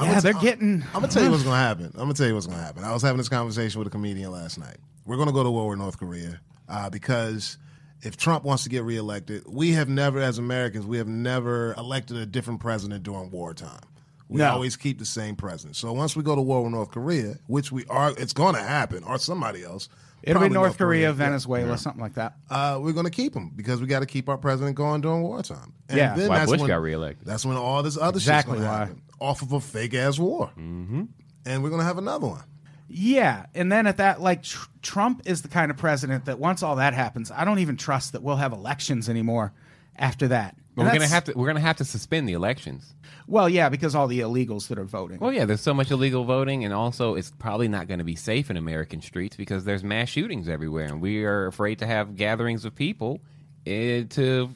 Speaker 1: Yeah, they're getting-
Speaker 4: I'm gonna tell you what's gonna happen. I'm gonna tell you what's gonna happen. I was having this conversation with a comedian last night. We're gonna go to war with North Korea uh, because if Trump wants to get reelected, we have never, as Americans, we have never elected a different president during wartime. We
Speaker 1: No.
Speaker 4: always keep the same president. So once we go to war with North Korea, which we are, it's going to happen, or somebody else.
Speaker 1: It'll
Speaker 4: probably
Speaker 1: be North Korea,
Speaker 4: yeah
Speaker 1: Venezuela, something like that.
Speaker 4: uh, we're going to keep him because we got to keep our president going during wartime. And
Speaker 1: Yeah.
Speaker 4: then
Speaker 3: Why
Speaker 4: that's
Speaker 3: Bush
Speaker 4: when,
Speaker 3: got reelected.
Speaker 4: That's when all this other
Speaker 1: Exactly
Speaker 4: shit's going
Speaker 1: why.
Speaker 4: to happen off of a fake ass war. Mm-hmm. And we're going to have another one.
Speaker 1: Yeah, and then at that, like tr- Trump is the kind of president that once all that happens, I don't even trust that we'll have elections anymore after that.
Speaker 3: But
Speaker 1: And
Speaker 3: we're gonna
Speaker 1: that's-
Speaker 3: have to we're gonna have to suspend the elections.
Speaker 1: Well, yeah, because all the illegals that are voting.
Speaker 3: Well, yeah, there's so much illegal voting, and also it's probably not going to be safe in American streets because there's mass shootings everywhere, and we are afraid to have gatherings of people eh, to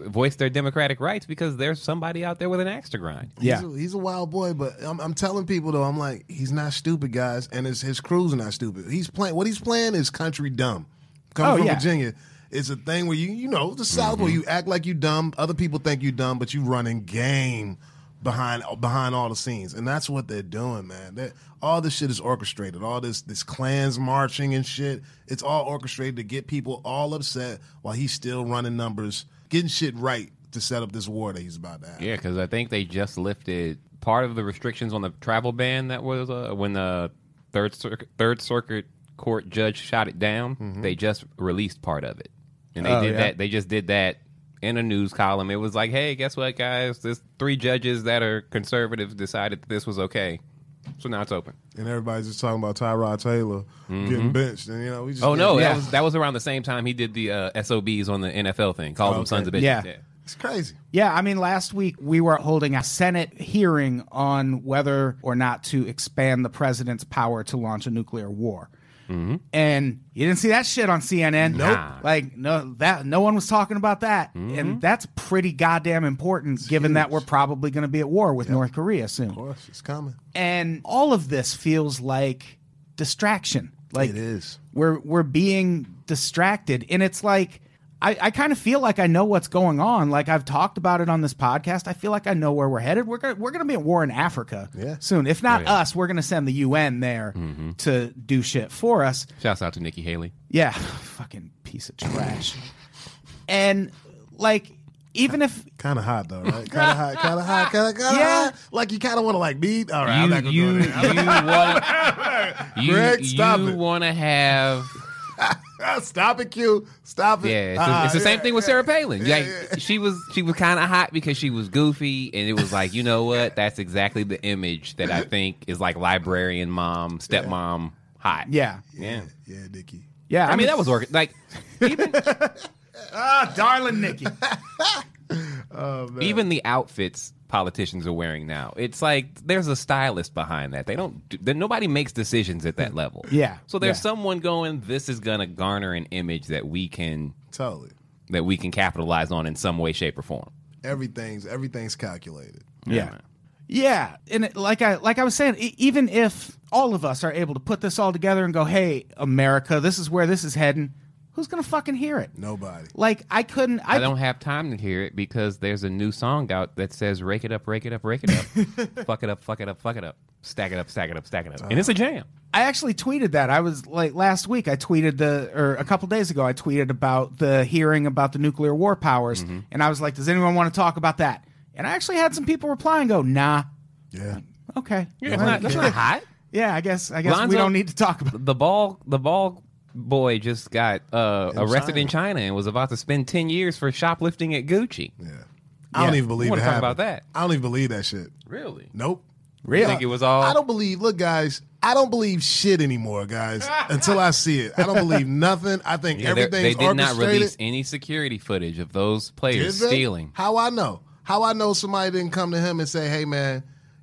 Speaker 3: voice their democratic rights because there's somebody out there with an axe to grind.
Speaker 1: Yeah.
Speaker 4: He's a, he's a wild boy, but I'm, I'm telling people though, I'm like, he's not stupid, guys, and his his crew's not stupid. He's playing what he's playing is country dumb. Coming
Speaker 1: Oh,
Speaker 4: from
Speaker 1: yeah. Mm-hmm.
Speaker 4: Virginia, it's a thing where you you know the South where you act like you dumb, other people think you dumb, but you running game behind behind all the scenes, and that's what they're doing, man. That all this shit is orchestrated. All this this clans marching and shit, it's all orchestrated to get people all upset while he's still running numbers, getting shit right to set up this war that he's about to have.
Speaker 3: Yeah, because I think they just lifted part of the restrictions on the travel ban that was uh, when the third circuit, third circuit court judge shot it down. They just released part of it, and they
Speaker 1: Mm-hmm. Oh,
Speaker 3: did
Speaker 1: yeah.
Speaker 3: that. They just did that in a news column. It was like, hey, guess what, guys? This three judges that are conservative decided that this was okay, so now it's open.
Speaker 4: and everybody's just talking about Tyrod Taylor getting benched, and you know we just
Speaker 3: Mm-hmm. Oh no,
Speaker 1: Yeah.
Speaker 3: that was that was around the same time he did the uh, SOBs on the NFL thing, called them
Speaker 4: okay.
Speaker 3: sons of bitches.
Speaker 1: Oh, Yeah.
Speaker 4: it's crazy.
Speaker 1: Yeah, I mean, last week we were holding a Senate hearing on whether or not to expand the president's power to launch a nuclear war.
Speaker 4: Mm-hmm.
Speaker 1: And you didn't see that shit on CNN.
Speaker 3: Nope. Nah.
Speaker 1: Like no that no one was talking about that,
Speaker 4: Mm-hmm.
Speaker 1: and that's pretty goddamn important, given that we're probably going to be at war with North Korea soon.
Speaker 4: Of course, it's coming.
Speaker 1: and all of this feels like distraction like
Speaker 4: It is.
Speaker 1: we're we're being distracted and it's like i, I kind of feel like i know what's going on like i've talked about it on this podcast i feel like i know where we're headed we're gonna we're gonna be at war in africa
Speaker 4: Yeah.
Speaker 1: soon if not
Speaker 3: Oh, yeah. Mm-hmm.
Speaker 1: us we're gonna send the un there to do shit for us
Speaker 3: Shouts out to Nikki Haley.
Speaker 1: yeah [sighs] fucking piece of trash and like even if
Speaker 4: Kind of hot though, right? Kind
Speaker 3: [laughs]
Speaker 4: of hot, kind of hot, kind of kind of
Speaker 1: Yeah.
Speaker 4: hot. Like you kind of want to like beat. All right, I'm
Speaker 3: you
Speaker 4: not gonna
Speaker 3: you
Speaker 4: go there. [laughs]
Speaker 3: you want you,
Speaker 4: Greg, stop
Speaker 3: you
Speaker 4: it.
Speaker 3: want to have
Speaker 4: [laughs] Stop it, Q. Stop it.
Speaker 3: Yeah, it's,
Speaker 4: Uh-uh.
Speaker 3: it's the same
Speaker 4: Yeah,
Speaker 3: thing with
Speaker 4: yeah.
Speaker 3: Sarah Palin.
Speaker 4: Yeah,
Speaker 3: like
Speaker 4: yeah.
Speaker 3: she was she was kind of hot because she was goofy, and it was like you know what? That's exactly the image that I think is like librarian mom, stepmom, hot.
Speaker 1: Yeah.
Speaker 3: yeah.
Speaker 4: Yeah, Nikki.
Speaker 1: Yeah.
Speaker 3: I
Speaker 1: [laughs]
Speaker 3: mean that was working. Like
Speaker 4: [laughs]
Speaker 3: even
Speaker 1: Ah, darling Nikki.
Speaker 3: even the outfits politicians are wearing now. It's like there's a stylist behind that. They don't. do- Then nobody makes decisions at that level.
Speaker 1: [laughs] Yeah,
Speaker 3: So there's
Speaker 1: yeah.
Speaker 3: someone going. This is gonna garner an image that we can
Speaker 4: Totally.
Speaker 3: that we can capitalize on in some way, shape, or form.
Speaker 4: Everything's everything's calculated.
Speaker 1: Yeah. Yeah, and it, like I like I was saying, e- even if all of us are able to put this all together and go, "Hey, America, this is where this is heading," who's gonna fucking hear it?
Speaker 4: Nobody.
Speaker 1: Like I couldn't. I,
Speaker 3: I don't have time to hear it because there's a new song out that says "Rake it up, rake it up, rake it
Speaker 1: [laughs]
Speaker 3: up, fuck it up, fuck it up, fuck it up, stack it up, stack it up, stack it up," and
Speaker 1: Uh,
Speaker 3: it's a jam.
Speaker 1: I actually tweeted that. I was like last week. I tweeted the or a couple days ago. I tweeted about the hearing about the nuclear war powers,
Speaker 3: Mm-hmm.
Speaker 1: and I was like, "Does anyone want to talk about that?" And I actually had some people reply and go, "Nah,
Speaker 4: Yeah.
Speaker 1: okay,
Speaker 3: Yeah, it's not, that's not hot.
Speaker 1: yeah, I guess I guess we
Speaker 3: Lonzo-
Speaker 1: don't need to talk about." it.
Speaker 3: The ball, the ball boy just got uh, arrested in China and was about to spend ten years for shoplifting at Gucci.
Speaker 4: Yeah. I don't
Speaker 1: Yeah.
Speaker 4: even believe it
Speaker 3: Wanna
Speaker 4: happened.
Speaker 3: talk about that?
Speaker 4: I don't even believe that shit.
Speaker 3: Really?
Speaker 4: Nope.
Speaker 1: Really?
Speaker 3: Think it was all-
Speaker 4: I don't believe. Look, guys, I don't believe shit anymore,
Speaker 3: [laughs]
Speaker 4: guys. until I see it, I don't believe nothing. I think
Speaker 3: Yeah, they're-
Speaker 4: everything's
Speaker 3: they did not
Speaker 4: orchestrated.
Speaker 3: release any security footage of those players
Speaker 4: Did they?
Speaker 3: stealing.
Speaker 4: How I know? How I know somebody didn't come to him and say, "Hey, man."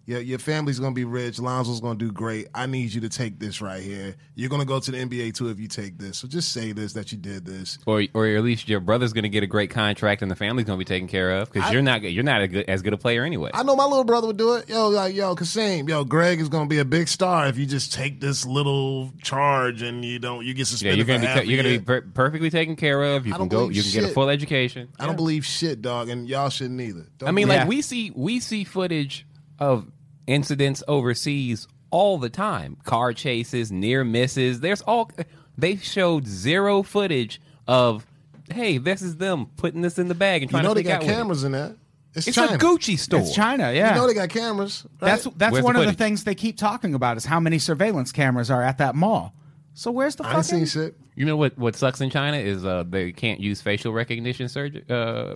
Speaker 4: Your, your family's gonna be rich. Lonzo's gonna do great. I need you to take this right here. You're gonna go to the NBA too if you take this. So just say this that you did this.
Speaker 3: Or, or at least your brother's going to get a great contract and the family's going to be taken care of because you're not you're not a good, as good a player anyway.
Speaker 4: I know my little brother would do it. Yo, like, yo, Kasim, yo, Greg is gonna be a big star if you just take this little charge and you don't. You get
Speaker 3: Yeah,
Speaker 4: suspended.
Speaker 3: you're
Speaker 4: for
Speaker 3: gonna be
Speaker 4: half a
Speaker 3: you're gonna
Speaker 4: year.
Speaker 3: be per- perfectly taken care of. You
Speaker 4: I
Speaker 3: can
Speaker 4: don't
Speaker 3: go.
Speaker 4: believe
Speaker 3: You can get a
Speaker 4: shit.
Speaker 3: full education.
Speaker 4: I don't believe shit, dog, and y'all shouldn't either. Don't
Speaker 3: I mean,
Speaker 1: Yeah.
Speaker 3: like we see we see footage of incidents overseas all the time. Car chases, near misses. There's all they showed zero footage of. Hey, this is them putting this in the bag and
Speaker 4: you
Speaker 3: trying
Speaker 4: know
Speaker 3: to
Speaker 4: they
Speaker 3: figure out
Speaker 4: got
Speaker 3: what it-
Speaker 4: cameras in there. It's,
Speaker 3: It's
Speaker 4: China.
Speaker 3: a Gucci store.
Speaker 1: It's China, yeah.
Speaker 4: You know they got cameras. right?
Speaker 1: That's that's
Speaker 3: Where's the
Speaker 1: one of the
Speaker 3: footage?
Speaker 1: things they keep talking about is how many surveillance cameras are at that mall. So where's the
Speaker 4: I ain't
Speaker 1: fucking
Speaker 4: seen shit. [laughs]
Speaker 3: You know what? What sucks in China is uh, they can't use facial recognition surgery. Uh, [laughs]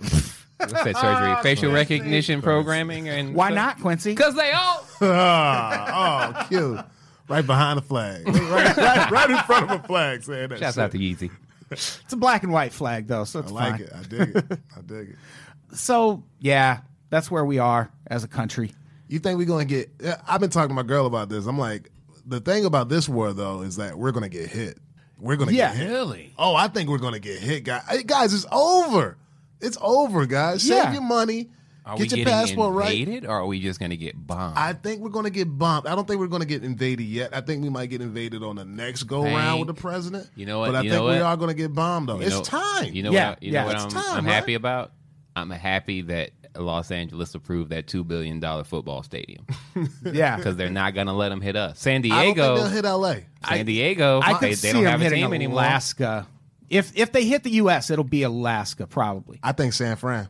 Speaker 3: what's that
Speaker 4: Ah,
Speaker 3: surgery? Facial recognition programming and
Speaker 1: Why not, Quincy?
Speaker 3: Because they
Speaker 4: [laughs]
Speaker 3: all.
Speaker 4: Ah, oh, cute. Right behind the flag, right, right, right in front of a flag, saying that.
Speaker 3: Shouts
Speaker 4: shit.
Speaker 3: out to Yeezy.
Speaker 1: It's a black and white flag though, so it's
Speaker 4: I like
Speaker 1: fine.
Speaker 4: it. I dig it. I dig it.
Speaker 1: So yeah, that's where we are as a
Speaker 4: [laughs]
Speaker 1: country.
Speaker 4: You think we're gonna get? yeah, I've been talking to my girl about this. I'm like, the thing about this war though is that we're gonna get hit. We're gonna
Speaker 1: Yeah.
Speaker 4: get hit. Really? Oh, I think we're gonna get hit, guys. Hey, guys, it's over. It's over, guys. Save
Speaker 1: Yeah.
Speaker 4: your money.
Speaker 3: Are
Speaker 4: get
Speaker 3: we
Speaker 4: your
Speaker 3: getting
Speaker 4: passport right.
Speaker 3: invaded, or are we just going to get bombed?
Speaker 4: I think we're going to get bumped. I don't think we're going to get invaded yet. I think we might get invaded on the next go round with the
Speaker 3: Thank-
Speaker 4: president.
Speaker 3: You know what?
Speaker 4: But I
Speaker 3: You know
Speaker 4: think we
Speaker 3: what?
Speaker 4: are going to get bombed though.
Speaker 3: You
Speaker 4: it's
Speaker 3: know-
Speaker 4: time.
Speaker 3: You know
Speaker 1: Yeah,
Speaker 3: what? I, you
Speaker 1: yeah.
Speaker 3: know what
Speaker 1: It's
Speaker 3: I'm,
Speaker 4: time,
Speaker 3: I'm
Speaker 4: right?
Speaker 3: happy about. I'm happy that Los Angeles approved that two billion dollar football stadium
Speaker 1: Yeah,
Speaker 3: because they're not going to let them hit us. San
Speaker 4: I don't think
Speaker 3: Diego,
Speaker 4: they'll hit LA.
Speaker 3: San Diego,
Speaker 1: I
Speaker 3: they,
Speaker 1: could
Speaker 3: they
Speaker 1: see
Speaker 3: don't
Speaker 1: them
Speaker 3: have a
Speaker 1: hitting
Speaker 3: team anymore.
Speaker 1: Alaska. If if they hit the U.S., it'll be Alaska probably.
Speaker 4: I think San Fran.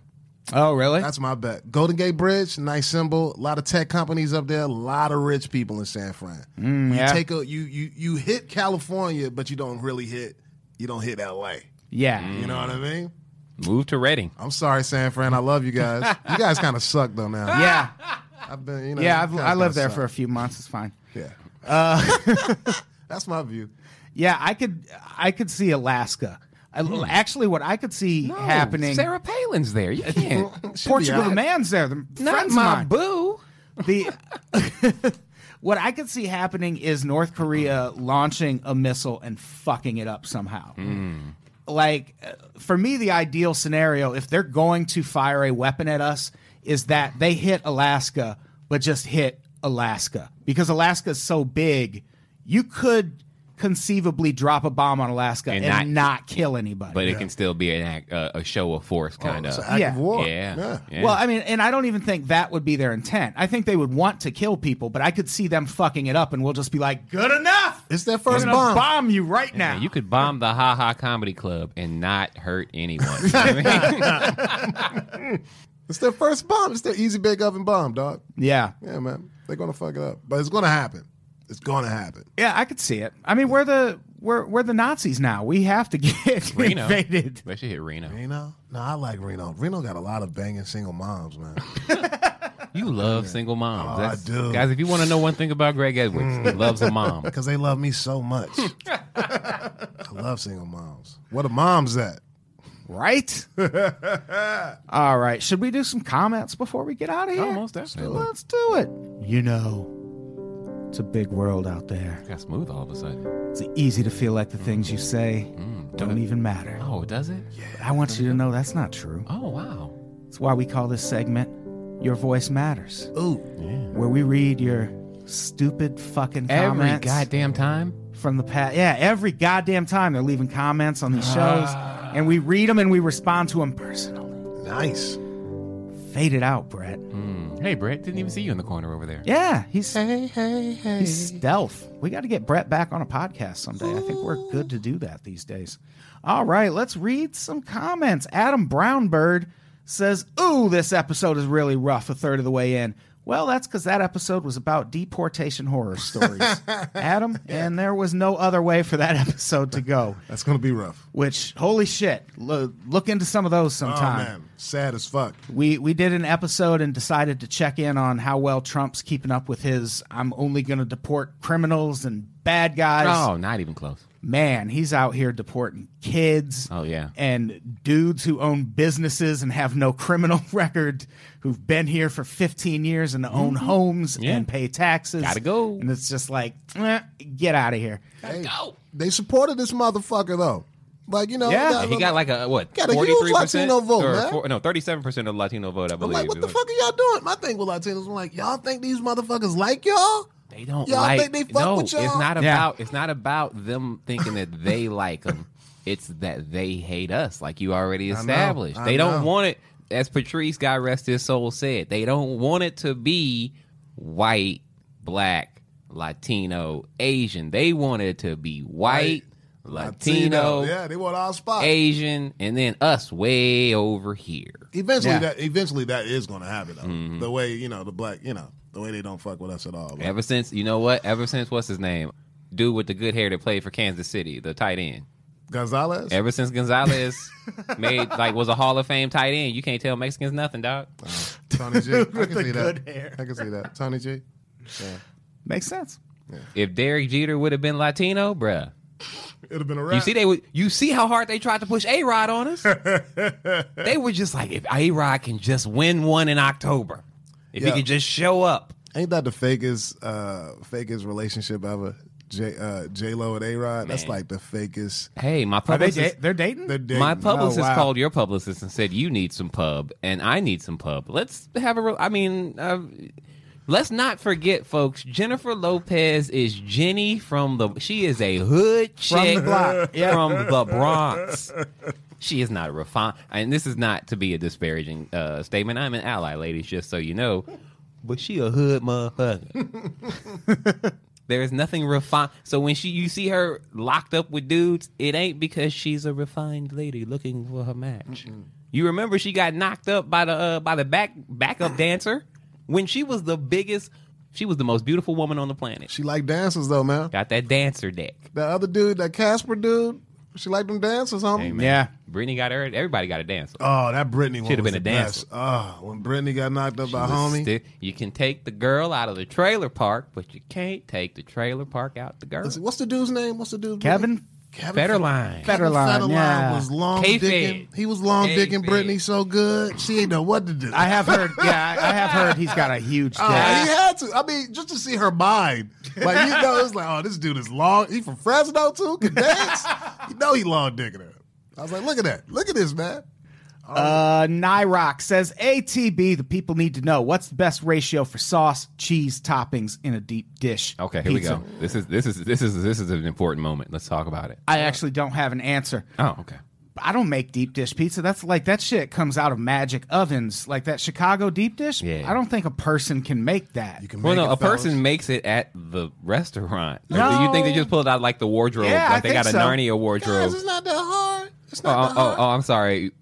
Speaker 1: Oh really?
Speaker 4: That's my bet. Golden Gate Bridge, nice symbol. A lot of tech companies up there. A lot of rich people in San Fran.
Speaker 1: Mm, yeah.
Speaker 4: You take a you you you hit California, but you don't really hit. You don't hit LA.
Speaker 1: yeah.
Speaker 3: Mm.
Speaker 4: You know what I mean?
Speaker 3: Move to Reading.
Speaker 4: I'm sorry, San Fran. I love
Speaker 1: [laughs]
Speaker 4: you guys. you guys kind of suck though. Now,
Speaker 1: Yeah,
Speaker 4: I've been. You know,
Speaker 1: yeah.
Speaker 4: you
Speaker 1: I've,
Speaker 4: guys
Speaker 1: I lived
Speaker 4: kinda
Speaker 1: there
Speaker 4: suck.
Speaker 1: for a few months. It's fine.
Speaker 4: Yeah. That's my view.
Speaker 1: Yeah, I could, I could see Alaska. I, Actually, what I could see happening,
Speaker 3: Hmm. Sarah Palin's there. You can't.
Speaker 1: Portugal
Speaker 4: Should
Speaker 1: the
Speaker 4: be
Speaker 1: man's there, the
Speaker 3: Not
Speaker 1: friends of
Speaker 3: my
Speaker 1: mine.
Speaker 3: boo.
Speaker 1: the
Speaker 3: [laughs]
Speaker 1: [laughs] what I could see happening is North Korea launching a missile and fucking it up somehow.
Speaker 3: Hmm.
Speaker 1: Like uh, for me, the ideal scenario, if they're going to fire a weapon at us, is that they hit Alaska, but just hit Alaska because Alaska's so big, you could conceivably drop a bomb on Alaska and,
Speaker 3: And
Speaker 1: not,
Speaker 3: not-
Speaker 1: kill anybody.
Speaker 3: But it can still be an act, uh, a show of force kind
Speaker 4: Oh, It's
Speaker 3: of.
Speaker 4: an act
Speaker 1: Yeah.
Speaker 4: of war.
Speaker 3: yeah. yeah.
Speaker 1: Well, I mean, and I don't even think that would be their intent. I think they would want to kill people, but I could see them fucking it up, and we'll just be like, "Good enough!
Speaker 4: It's their
Speaker 1: We're
Speaker 4: first
Speaker 1: gonna bomb.
Speaker 4: bomb.
Speaker 1: you right now."
Speaker 3: Yeah, you could bomb the Ha Ha Comedy Club and not hurt anyone.
Speaker 1: [laughs]
Speaker 3: You know what I mean? [laughs]
Speaker 4: It's their first bomb. It's their easy big oven bomb, dog.
Speaker 1: yeah,
Speaker 4: Yeah, man. They're gonna fuck it up. But it's gonna happen. It's gonna happen.
Speaker 1: Yeah, I could see it. I mean, we're the we're we're the Nazis now. We have to [laughs] get
Speaker 3: Reno.
Speaker 1: invaded.
Speaker 3: They should hit Reno.
Speaker 4: Reno? No, I like Reno. Reno got a lot of banging single moms, man. [laughs]
Speaker 3: You love single moms.
Speaker 4: Oh, I
Speaker 3: That's-
Speaker 4: do. Mm.
Speaker 3: Guys, if you want to know one thing about Greg Edwards, he loves a
Speaker 4: [laughs]
Speaker 3: mom.
Speaker 4: Because they love me so much. I love single moms. What a mom's at?
Speaker 1: Right? [laughs] All right. Should we do some comments before we get out of here?
Speaker 3: Oh, most definitely.
Speaker 1: Let's do it. You know, it's a big world out there.
Speaker 3: Got smooth all of a sudden.
Speaker 1: It's easy to feel like the things you say don't even matter.
Speaker 3: Mm, Oh, does it? Yeah.
Speaker 1: But I want you to know that's not true.
Speaker 3: Oh, wow.
Speaker 1: It's why we call this segment Your Voice Matters,
Speaker 4: Ooh.
Speaker 1: where we read your stupid fucking
Speaker 3: Every
Speaker 1: comments
Speaker 3: goddamn time.
Speaker 1: from the past. Yeah, every goddamn time they're leaving comments on these shows, and we read them and we respond to them personally.
Speaker 4: Nice.
Speaker 1: Fade it out, Brett.
Speaker 3: Hey, Brett, didn't even see you in the corner over there.
Speaker 1: Yeah, he's
Speaker 4: Hey, hey, hey.
Speaker 1: He's stealth. We got to get Brett back on a podcast someday. I think we're good to do that these days. All right, let's read some comments. Adam Brownbird says, Ooh, this episode is really rough a third of the way in. Well, that's because that episode was about deportation horror
Speaker 4: [laughs]
Speaker 1: stories, Adam, and there was no other way for that [laughs] episode to go.
Speaker 4: That's gonna be rough.
Speaker 1: Which, holy shit, lo- look into some of those
Speaker 4: Oh
Speaker 1: sometime.
Speaker 4: man. Sad as fuck.
Speaker 1: We we did an episode and decided to check in on how well Trump's keeping up with his I'm only going to deport criminals and bad guys.
Speaker 3: Oh, not even close.
Speaker 1: Man, he's out here deporting kids.
Speaker 3: Oh, yeah.
Speaker 1: And dudes who own businesses and have no criminal [laughs] record who've been here for 15 years and own homes
Speaker 3: Mm-hmm. Yeah.
Speaker 1: and pay taxes.
Speaker 3: Gotta go.
Speaker 1: And it's just like, eh, get out of here.
Speaker 4: Hey, they supported this motherfucker though. Like, you know,
Speaker 1: Yeah.
Speaker 4: that-
Speaker 3: And he got like a, what,
Speaker 4: Got a huge
Speaker 3: 43%?
Speaker 4: Latino vote,
Speaker 3: Or
Speaker 4: man.
Speaker 3: four- no, 37% of Latino vote, I
Speaker 4: I'm
Speaker 3: believe.
Speaker 4: like, what
Speaker 3: It
Speaker 4: the
Speaker 3: was-
Speaker 4: fuck are y'all doing? My thing with Latinos, I'm like, y'all think these motherfuckers like y'all?
Speaker 3: They don't
Speaker 4: Y'all
Speaker 3: like.
Speaker 4: think they fuck
Speaker 3: no,
Speaker 4: with y'all?
Speaker 3: it's not
Speaker 1: Yeah.
Speaker 3: about. It's not about them thinking that they like them. It's that they hate us, like you already established.
Speaker 4: I
Speaker 3: they don't
Speaker 4: know.
Speaker 3: want it. As Patrice, God rest his soul, said they don't want it to be white, black, Latino, Asian. They want it to be white, Latino,
Speaker 4: Yeah, they want all spots.
Speaker 3: Asian, and then us way over here.
Speaker 4: Eventually,
Speaker 1: Yeah.
Speaker 4: that eventually that is going to happen. Though.
Speaker 3: Mm-hmm.
Speaker 4: The way you know the black, you know the way they don't fuck with us at all. Like,
Speaker 3: Ever since you know what? Ever since what's his name? Dude with the good hair that played for Kansas City, the tight end.
Speaker 4: Gonzalez,
Speaker 3: Ever since Gonzalez made like was a Hall of Fame tight end, you can't tell Mexicans nothing, dog.
Speaker 4: Tony G, I
Speaker 1: with
Speaker 4: can
Speaker 1: the
Speaker 4: see
Speaker 1: good
Speaker 4: that.
Speaker 1: hair.
Speaker 4: I can see that. Tony G. Yeah.
Speaker 1: Makes sense.
Speaker 3: If Derek Jeter would have been Latino, bruh.
Speaker 4: It'd have been a wrap.
Speaker 3: You see they would you see how hard they tried to push A-Rod
Speaker 1: [laughs]
Speaker 3: on us? they were just like if A-Rod can just win one in October. If
Speaker 4: Yeah.
Speaker 3: he can just show up.
Speaker 4: Ain't that the fakest, uh, fakest relationship ever? J uh, J Lo and A Rod. That's like the fakest.
Speaker 3: Hey, my
Speaker 1: Are they
Speaker 3: publicist
Speaker 1: da- they're dating?
Speaker 4: They're dating.
Speaker 3: my publicist
Speaker 1: Oh, wow.
Speaker 3: called your publicist and said you need some pub and I need some pub. Let's have a. Re- I mean, uh, let's not forget, folks. Jennifer Lopez is Jenny from the. She is a hood chick
Speaker 1: the block, yeah.
Speaker 3: from the Bronx. She is not refined, and this is not to be a disparaging uh, statement. I'm an ally, ladies, just so you know. But she a hood motherfucker. there is nothing refined. So when she you see her locked up with dudes, it ain't because she's a refined lady looking for her match. You remember she got knocked up by the uh, by the back
Speaker 4: [clears throat]
Speaker 3: backup dancer when she was the biggest. She was the most beautiful woman on the planet.
Speaker 4: She like dancers though, man.
Speaker 3: Got that dancer deck.
Speaker 4: That other dude, that Casper dude, she like them dancers, homie.
Speaker 3: Amen.
Speaker 1: Yeah.
Speaker 3: Brittany got her. Everybody got a dancer.
Speaker 4: Oh, that Brittany one
Speaker 3: Should have
Speaker 4: was
Speaker 3: been a
Speaker 4: the
Speaker 3: dancer.
Speaker 4: best. Oh, when Brittany got knocked up by
Speaker 3: was
Speaker 4: homie,
Speaker 3: sti- you can take the girl out of the trailer park, but you can't take the trailer park out the girl.
Speaker 4: Let's see, what's the dude's name? What's the dude's
Speaker 1: Kevin
Speaker 4: Kevin
Speaker 3: Federline.
Speaker 1: Federline, yeah.
Speaker 4: was long
Speaker 3: Kayfabe.
Speaker 4: dicking. He was long dicking
Speaker 3: Kayfabe.
Speaker 4: Brittany so good. She ain't know what to do.
Speaker 1: I have heard, yeah, I I have heard he's got a [laughs] huge dick.
Speaker 4: Oh, he had to. I mean, just to see her mind. Like, you know, it's like, oh, this dude is long. He from Fresno, too?
Speaker 3: [laughs]
Speaker 4: Can dance? you know he long dicking her. I was like, look at that. Look at this, man.
Speaker 1: Uh, Nyrock says ATB. The people need to know what's the best ratio for sauce, cheese, toppings in a deep dish.
Speaker 3: Okay, here
Speaker 1: pizza?
Speaker 3: we go. This is this is this is this is an important moment. Let's talk about it.
Speaker 1: I actually don't have an answer.
Speaker 3: Oh, okay.
Speaker 1: I don't make deep dish pizza. That's like that shit comes out of magic ovens, like that Chicago deep dish.
Speaker 3: Yeah.
Speaker 1: I don't think a person can make that.
Speaker 4: You can
Speaker 3: Well,
Speaker 4: make
Speaker 3: no,
Speaker 4: it,
Speaker 3: a
Speaker 4: fellas.
Speaker 3: person makes it at the restaurant. Or
Speaker 1: No.
Speaker 3: Do you think they just pulled out like the wardrobe?
Speaker 1: Yeah, I
Speaker 3: like they got a
Speaker 1: think so.
Speaker 3: Narnia wardrobe.
Speaker 4: Guys, it's not that hard. It's
Speaker 3: oh,
Speaker 4: not
Speaker 3: oh,
Speaker 4: that
Speaker 3: oh,
Speaker 4: hard.
Speaker 3: oh, I'm sorry.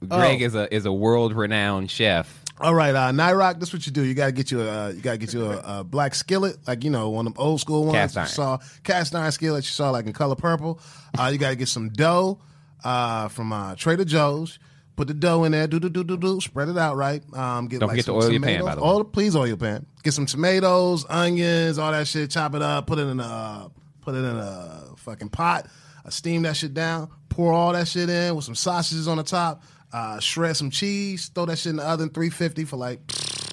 Speaker 1: uh-huh.
Speaker 3: Greg
Speaker 1: Oh.
Speaker 3: is a is a world renowned chef.
Speaker 4: All right, uh, Nyrock, this is what you do. You gotta get you a uh, you gotta get you a, a black skillet, like you know one of them old school ones
Speaker 3: Cast
Speaker 4: that
Speaker 3: iron.
Speaker 4: you saw, cast iron skillet you saw like in color purple. Uh, you gotta get some dough uh, from uh, Trader Joe's. Put the dough in there, do do do do do, spread it out right. Um, get
Speaker 3: Don't
Speaker 4: like
Speaker 3: forget to
Speaker 4: some
Speaker 3: oil your
Speaker 4: tomatoes.
Speaker 3: pan, by the way.
Speaker 4: Oil, please oil your pan. Get some tomatoes, onions, all that shit. Chop it up. Put it in a uh, put it in a fucking pot. Uh, steam that shit down. Pour all that shit in with some sausages on the top. Uh, shred some cheese. Throw that shit in the oven. Three fifty for like.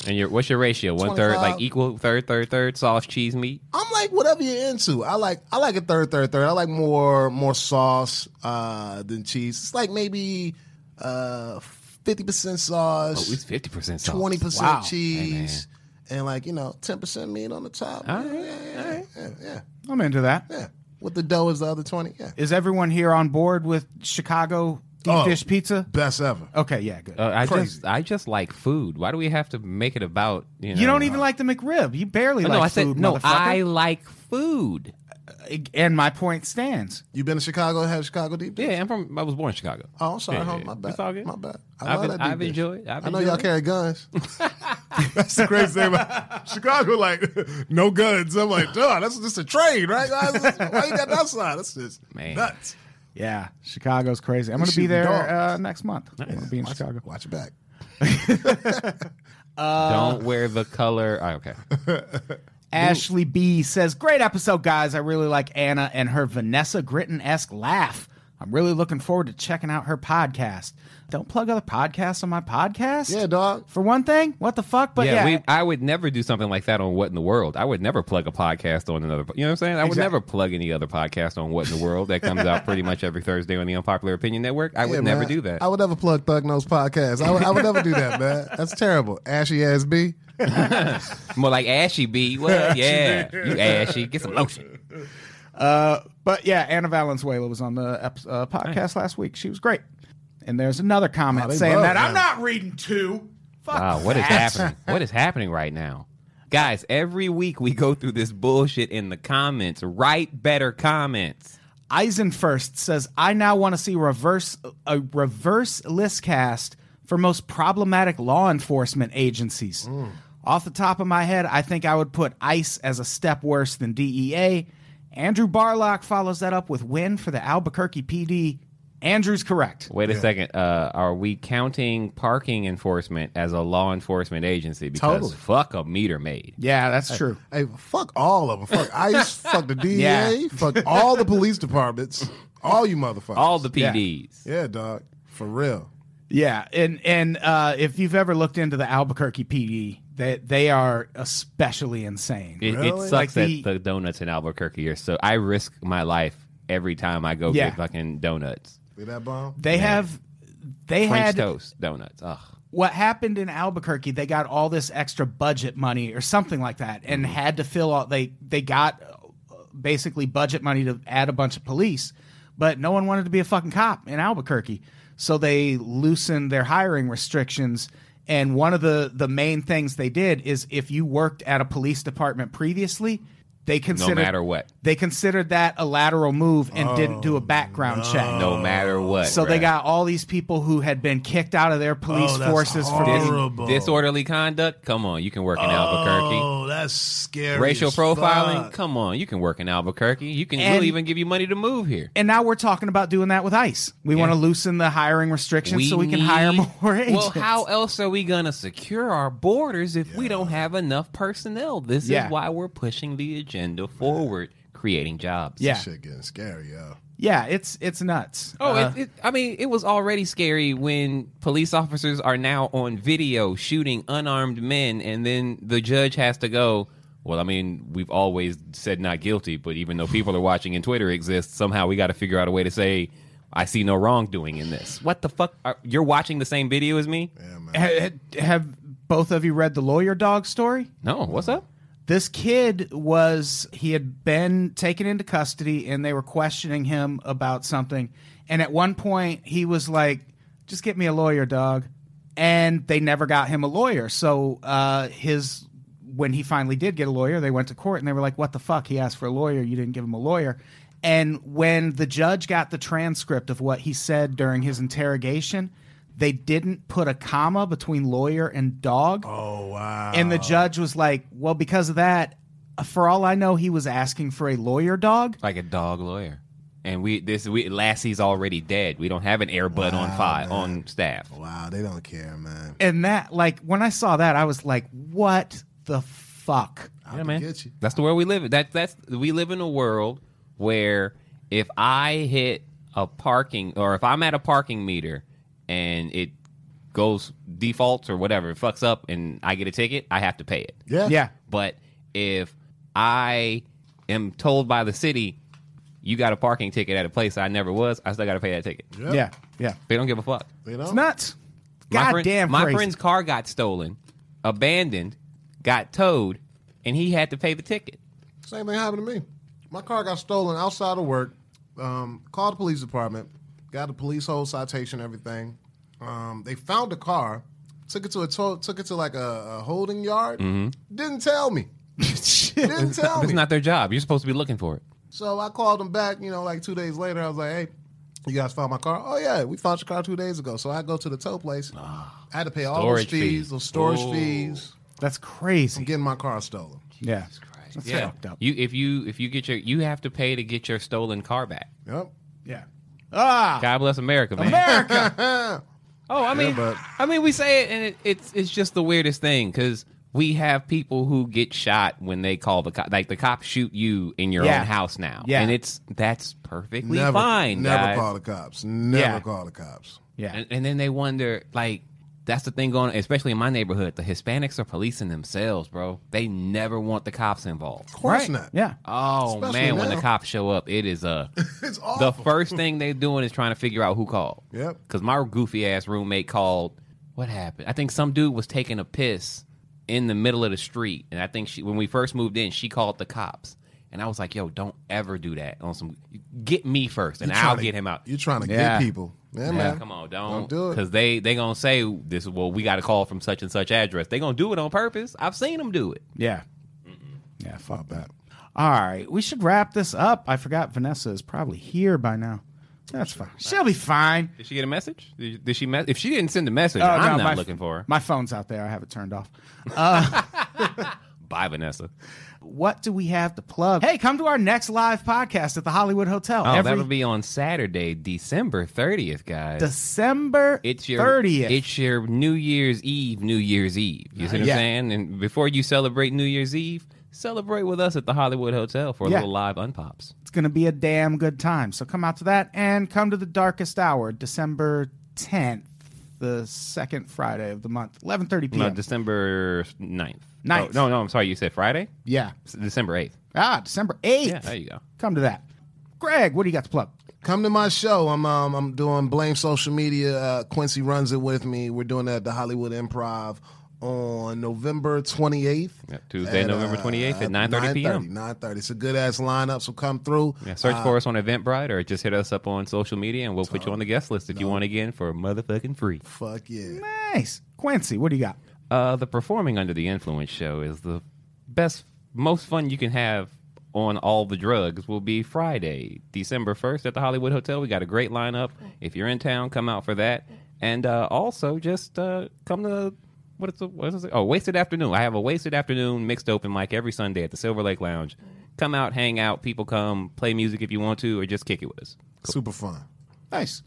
Speaker 3: And your what's your ratio? One third,
Speaker 4: 25.
Speaker 3: like equal third, third, third sauce, cheese, meat.
Speaker 4: I'm like whatever you're into. I like I like a third, third, third. I like more more sauce uh, than cheese. It's like maybe uh, fifty percent
Speaker 3: Oh,
Speaker 4: sauce,
Speaker 3: it's fifty percent sauce.
Speaker 4: twenty percent
Speaker 1: Wow.
Speaker 4: cheese, and like you know ten percent meat on the top.
Speaker 3: All right,
Speaker 4: yeah, yeah, yeah, yeah, yeah,
Speaker 1: I'm into that.
Speaker 4: yeah. With the dough is the other twenty. Yeah,
Speaker 1: Is everyone here on board with Chicago deep
Speaker 4: Oh.
Speaker 1: dish pizza?
Speaker 4: best ever.
Speaker 1: Okay, yeah, good.
Speaker 3: Uh, I
Speaker 4: Crazy.
Speaker 3: just I just like food. Why do we have to make it about you? Know, Oh,
Speaker 1: you don't even like the McRib. You barely
Speaker 3: uh, No,
Speaker 1: like
Speaker 3: no, I
Speaker 1: food,
Speaker 3: said no. I
Speaker 1: motherfucker.
Speaker 3: like food.
Speaker 1: and my point stands.
Speaker 4: You been to Chicago? Had Chicago deep dish?
Speaker 3: Yeah, I'm from. I was born in Chicago.
Speaker 4: Oh, I'm sorry,
Speaker 3: Yeah,
Speaker 4: home.
Speaker 3: yeah.
Speaker 4: My bad.
Speaker 3: It's all good.
Speaker 4: My bad. I
Speaker 3: I've,
Speaker 4: love
Speaker 3: en-
Speaker 4: that deep
Speaker 3: I've
Speaker 4: dish.
Speaker 3: enjoyed. I've
Speaker 4: I know
Speaker 3: enjoyed
Speaker 4: y'all
Speaker 3: it. [laughs]
Speaker 4: carry guns. that's the crazy thing about Chicago. Like no guns. I'm like, duh, that's just a train, right? Why, is this- why you got that side? That's just
Speaker 3: Man.
Speaker 4: nuts.
Speaker 1: Yeah, Chicago's crazy. I'm going to be
Speaker 4: shooting
Speaker 1: there
Speaker 4: dogs.
Speaker 1: uh, next month. I'm going to be in
Speaker 4: Watch,
Speaker 1: Chicago.
Speaker 4: watch it back.
Speaker 1: Uh.
Speaker 3: Don't wear the color. oh, okay.
Speaker 1: Ashley B says, "Great episode, guys. I really like Anna and her Vanessa Gritton esque laugh. I'm really looking forward to checking out her podcast. Don't plug other podcasts on my podcast.
Speaker 4: Yeah, dog.
Speaker 1: For one thing, what the fuck? But yeah,
Speaker 3: yeah, we, I would never do something like that on What in the World. I would never plug a podcast on another. You know what I'm saying? I would
Speaker 1: Exact-
Speaker 3: never plug any other podcast on What in the World that comes out pretty much every Thursday on the Unpopular Opinion Network. I would
Speaker 4: Yeah,
Speaker 3: never
Speaker 4: man.
Speaker 3: do that.
Speaker 4: I would never plug Thug Nose podcast. I would, I would never do that, man. That's terrible. Ashy ass B.
Speaker 3: More like Ashy B. What? yeah, you Ashy. Get some lotion.
Speaker 1: uh, But yeah, Anna Valenzuela was on the ep- uh, podcast last week. She was great. And there's another comment
Speaker 4: Oh, they
Speaker 1: saying
Speaker 4: love
Speaker 1: that I'm
Speaker 4: Anna.
Speaker 1: not reading two. Fuck
Speaker 3: Wow, Ah, what is
Speaker 1: that.
Speaker 3: happening? What is happening right now? Guys, every week we go through this bullshit in the comments. Write better comments.
Speaker 1: Eisenfirst says, "I now want to see reverse a reverse list cast for most problematic law enforcement agencies." Off the top of my head, I think I would put ICE as a step worse than DEA. Andrew Barlock follows that up with win for the Albuquerque PD. Andrew's correct.
Speaker 3: Wait a second. Uh, are we counting parking enforcement as a law enforcement agency? Because
Speaker 4: Totally.
Speaker 3: fuck a meter maid.
Speaker 1: Yeah, that's true.
Speaker 4: Hey, fuck all of them. Fuck ICE. fuck the DEA.
Speaker 1: Yeah.
Speaker 4: Fuck all the police departments. All you motherfuckers.
Speaker 3: All the
Speaker 1: Yeah.
Speaker 3: PDs.
Speaker 4: yeah, dog. For real.
Speaker 1: Yeah, and and uh, if you've ever looked into the Albuquerque PD, they they are especially insane.
Speaker 3: It, it
Speaker 4: Really?
Speaker 3: sucks
Speaker 1: Like
Speaker 3: that
Speaker 1: the-
Speaker 3: the, donuts in Albuquerque are so. I risk my life every time I go
Speaker 1: Yeah.
Speaker 3: get fucking donuts.
Speaker 4: See that bomb?
Speaker 1: they have they
Speaker 3: French
Speaker 1: had
Speaker 3: toast donuts. Ugh.
Speaker 1: what happened in Albuquerque. They got all this extra budget money or something like that, and
Speaker 3: Mm-hmm.
Speaker 1: had to fill all they they got uh, basically budget money to add a bunch of police, but no one wanted to be a fucking cop in Albuquerque, so they loosened their hiring restrictions. And one of the the main things they did is if you worked at a police department previously, they
Speaker 3: No
Speaker 1: considered
Speaker 3: matter what.
Speaker 1: they considered that a lateral move and didn't do a background check.
Speaker 3: No matter
Speaker 1: Oh,
Speaker 3: what.
Speaker 1: So they
Speaker 3: bruh.
Speaker 1: got all these people who had been kicked out of their police
Speaker 4: Oh, that's
Speaker 1: forces for
Speaker 4: horrible.
Speaker 1: being
Speaker 4: Horrible.
Speaker 3: disorderly conduct. Come on, you can work in Albuquerque.
Speaker 4: Oh, that's scary.
Speaker 3: Racial
Speaker 4: as
Speaker 3: profiling.
Speaker 4: fuck.
Speaker 3: Come on, you can work in Albuquerque. You can.
Speaker 1: And-
Speaker 3: we'll even give you money to move here.
Speaker 1: and now we're talking about doing that with ICE. We want to loosen the hiring restrictions so we can hire
Speaker 3: need-
Speaker 1: more [laughs] agents.
Speaker 3: Well, how else are we going to secure our borders if we don't have enough personnel? This
Speaker 1: Yeah.
Speaker 3: is why we're pushing the agenda forward, creating jobs.
Speaker 1: Yeah,
Speaker 4: This shit getting scary, yo.
Speaker 1: yeah, it's it's nuts.
Speaker 3: Oh,
Speaker 1: Uh,
Speaker 3: it, it, I mean, it was already scary when police officers are now on video shooting unarmed men, and then the judge has to go. Well, I mean, we've always said not guilty, but even though people are watching and Twitter exists, somehow we got to figure out a way to say, "I see no wrongdoing in this." What the fuck? Are, you're watching the same video as me?
Speaker 4: Yeah, man.
Speaker 1: ha- ha- have both of you read the lawyer dog story?
Speaker 3: No, what's up?
Speaker 1: this kid was he had been taken into custody and they were questioning him about something and at one point he was like just get me a lawyer dog and they never got him a lawyer so uh, his when he finally did get a lawyer they went to court and they were like what the fuck he asked for a lawyer you didn't give him a lawyer and when the judge got the transcript of what he said during his interrogation They didn't put a comma between lawyer and dog.
Speaker 4: Oh wow.
Speaker 1: And the judge was like, well, because of that, for all I know, he was asking for a lawyer dog.
Speaker 3: like a dog lawyer. And we this we Lassie's already dead. We don't have an airbud on
Speaker 4: Wow,
Speaker 3: file
Speaker 4: man.
Speaker 3: on staff.
Speaker 4: wow, they don't care, man.
Speaker 1: And that, like, when I saw that, I was like, what the fuck?
Speaker 4: I'll get you.
Speaker 3: That's the world we live in. That that's we live in a world where if I hit a parking or if I'm at a parking meter and it goes defaults or whatever, it fucks up and I get a ticket, I have to pay it.
Speaker 4: Yeah.
Speaker 1: Yeah.
Speaker 3: But if I am told by the city you got a parking ticket at a place I never was, I still got to pay that ticket.
Speaker 4: Yep.
Speaker 1: Yeah. Yeah.
Speaker 3: They don't give a fuck.
Speaker 4: You know?
Speaker 1: It's nuts.
Speaker 3: My
Speaker 1: God
Speaker 3: friend-
Speaker 1: damn
Speaker 3: My
Speaker 1: crazy.
Speaker 3: friend's car got stolen, abandoned, got towed, and he had to pay the ticket.
Speaker 4: Same thing happened to me. My car got stolen outside of work. Um, called the police department. Got a police hold citation, everything. Um, they found the car. Took it to a tow took it to like a, a holding yard. Didn't
Speaker 3: [laughs]
Speaker 4: tell me. Didn't tell
Speaker 3: Mm-hmm. It's
Speaker 4: me.
Speaker 3: not their job. You're supposed to be looking for it.
Speaker 4: so I called them back. You know, like two days later, I was like, "Hey, you guys found my car? Oh yeah, we found your car two days ago." So I go to the tow place. I had to pay all those
Speaker 3: Ah, Storage fees.
Speaker 4: fees, those storage
Speaker 3: Ooh.
Speaker 4: fees.
Speaker 1: That's
Speaker 4: I'm
Speaker 1: crazy.
Speaker 4: getting my car stolen.
Speaker 1: Yeah. That's
Speaker 3: yeah.
Speaker 1: fucked up.
Speaker 3: You if you if you get your you have to pay to get your stolen car back.
Speaker 4: Yep.
Speaker 1: Yeah. Ah,
Speaker 3: God bless America, man.
Speaker 1: America.
Speaker 3: [laughs] Oh, I mean,
Speaker 4: but-
Speaker 3: I mean, we say it, and it, it's it's just the weirdest thing because we have people who get shot when they call the cop. Like the cops shoot you in your
Speaker 1: Yeah.
Speaker 3: own house now,
Speaker 1: Yeah.
Speaker 3: and it's that's perfectly
Speaker 4: never,
Speaker 3: fine.
Speaker 4: Never
Speaker 3: guys.
Speaker 4: call the cops. Never
Speaker 1: Yeah.
Speaker 4: call the cops.
Speaker 1: yeah.
Speaker 3: And, and then they wonder, like, that's the thing going on, especially in my neighborhood. The Hispanics are policing themselves, bro. They never want the cops involved.
Speaker 4: Of course not.
Speaker 1: Yeah.
Speaker 3: Oh,
Speaker 4: Especially
Speaker 3: man, when
Speaker 4: now.
Speaker 3: the cops show up, it is
Speaker 4: [laughs]
Speaker 3: a.
Speaker 4: It's awful.
Speaker 3: the first thing they're doing is trying to figure out who called.
Speaker 4: Yep.
Speaker 3: Because my goofy ass roommate called. What happened? I think some dude was taking a piss in the middle of the street, and I think she, when we first moved in, she called the cops. And I was like, "Yo, don't ever do that." On some, get me first, and
Speaker 4: You're
Speaker 3: I'll
Speaker 4: trying to-
Speaker 3: get him out.
Speaker 4: You're trying to
Speaker 1: Yeah.
Speaker 4: get people. Yeah, man.
Speaker 3: Come on, don't,
Speaker 4: Don't do it.
Speaker 3: Because they they gonna say this is well, we got a call from such and such address. They gonna do it on purpose. I've seen them do it.
Speaker 1: Yeah. Yeah. Fuck that. All right. We should wrap this up. I forgot Vanessa is probably here by now. That's fine. She'll be fine.
Speaker 3: Did she get a message? Did, did she? Me- if she didn't send a message,
Speaker 1: Oh,
Speaker 3: I'm
Speaker 1: no,
Speaker 3: not
Speaker 1: my-
Speaker 3: looking for her.
Speaker 1: My phone's out there. I have it turned off.
Speaker 3: Bye, Vanessa.
Speaker 1: What do we have to plug? Hey, come to our next live podcast at the Hollywood Hotel.
Speaker 3: Oh,
Speaker 1: every
Speaker 3: that'll be on Saturday, December 30th, guys.
Speaker 1: December
Speaker 3: it's your
Speaker 1: 30th.
Speaker 3: It's your New Year's Eve, New Year's Eve. You see what I'm
Speaker 1: Yeah.
Speaker 3: saying? And before you celebrate New Year's Eve, celebrate with us at the Hollywood Hotel for a
Speaker 1: Yeah.
Speaker 3: little live unpops.
Speaker 1: It's going to be a damn good time. So come out to that and come to the darkest hour, December 10th, the second Friday of the month, 11:30 p.m.
Speaker 3: No, December 9th.
Speaker 1: Ninth.
Speaker 3: Oh, no, no, I'm sorry. You said Friday?
Speaker 1: yeah.
Speaker 3: S- December 8th.
Speaker 1: Ah, December 8th.
Speaker 3: Yeah, there you go.
Speaker 1: Come to that. Greg, what do you got to plug?
Speaker 4: Come to my show. I'm um, I'm doing Blame Social Media. Uh, Quincy runs it with me. We're doing that at the Hollywood Improv on November 28th.
Speaker 3: Yep, Tuesday, November
Speaker 4: uh,
Speaker 3: 28th at 9:30 p.m..
Speaker 4: 9:30. It's a good ass lineup, so come through.
Speaker 3: Yeah, search
Speaker 4: Uh,
Speaker 3: for us on Eventbrite or just hit us up on social media and we'll put you on the guest list if you want again for motherfucking free.
Speaker 4: Fuck yeah.
Speaker 1: Nice. Quincy, what do you got?
Speaker 3: Uh, the Performing Under the Influence show is the best, most fun you can have on all the drugs will be Friday, December 1st at the Hollywood Hotel. We got a great lineup. If you're in town, come out for that. And uh, also just uh, come to. What is, the, what is it? Oh, Wasted Afternoon. I have a Wasted Afternoon mixed open mic every Sunday at the Silver Lake Lounge. Come out, hang out. People come, play music if you want to, or just kick it with us.
Speaker 4: Super fun.
Speaker 1: Nice.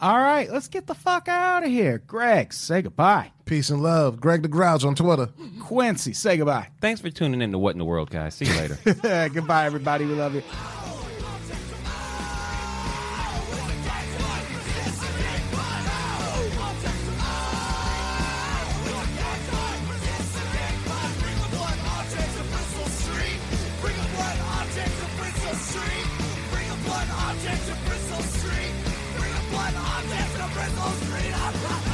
Speaker 1: All right, let's get the fuck out of here. Greg, say goodbye.
Speaker 4: Peace and love. Greg the Grouch on Twitter.
Speaker 1: Quincy, say goodbye. [laughs]
Speaker 3: Thanks for tuning in to What in the World, guys. See you later.
Speaker 1: goodbye, everybody. We love you.
Speaker 6: Object to Bristol Street! Bring a blood object to Bristol Street!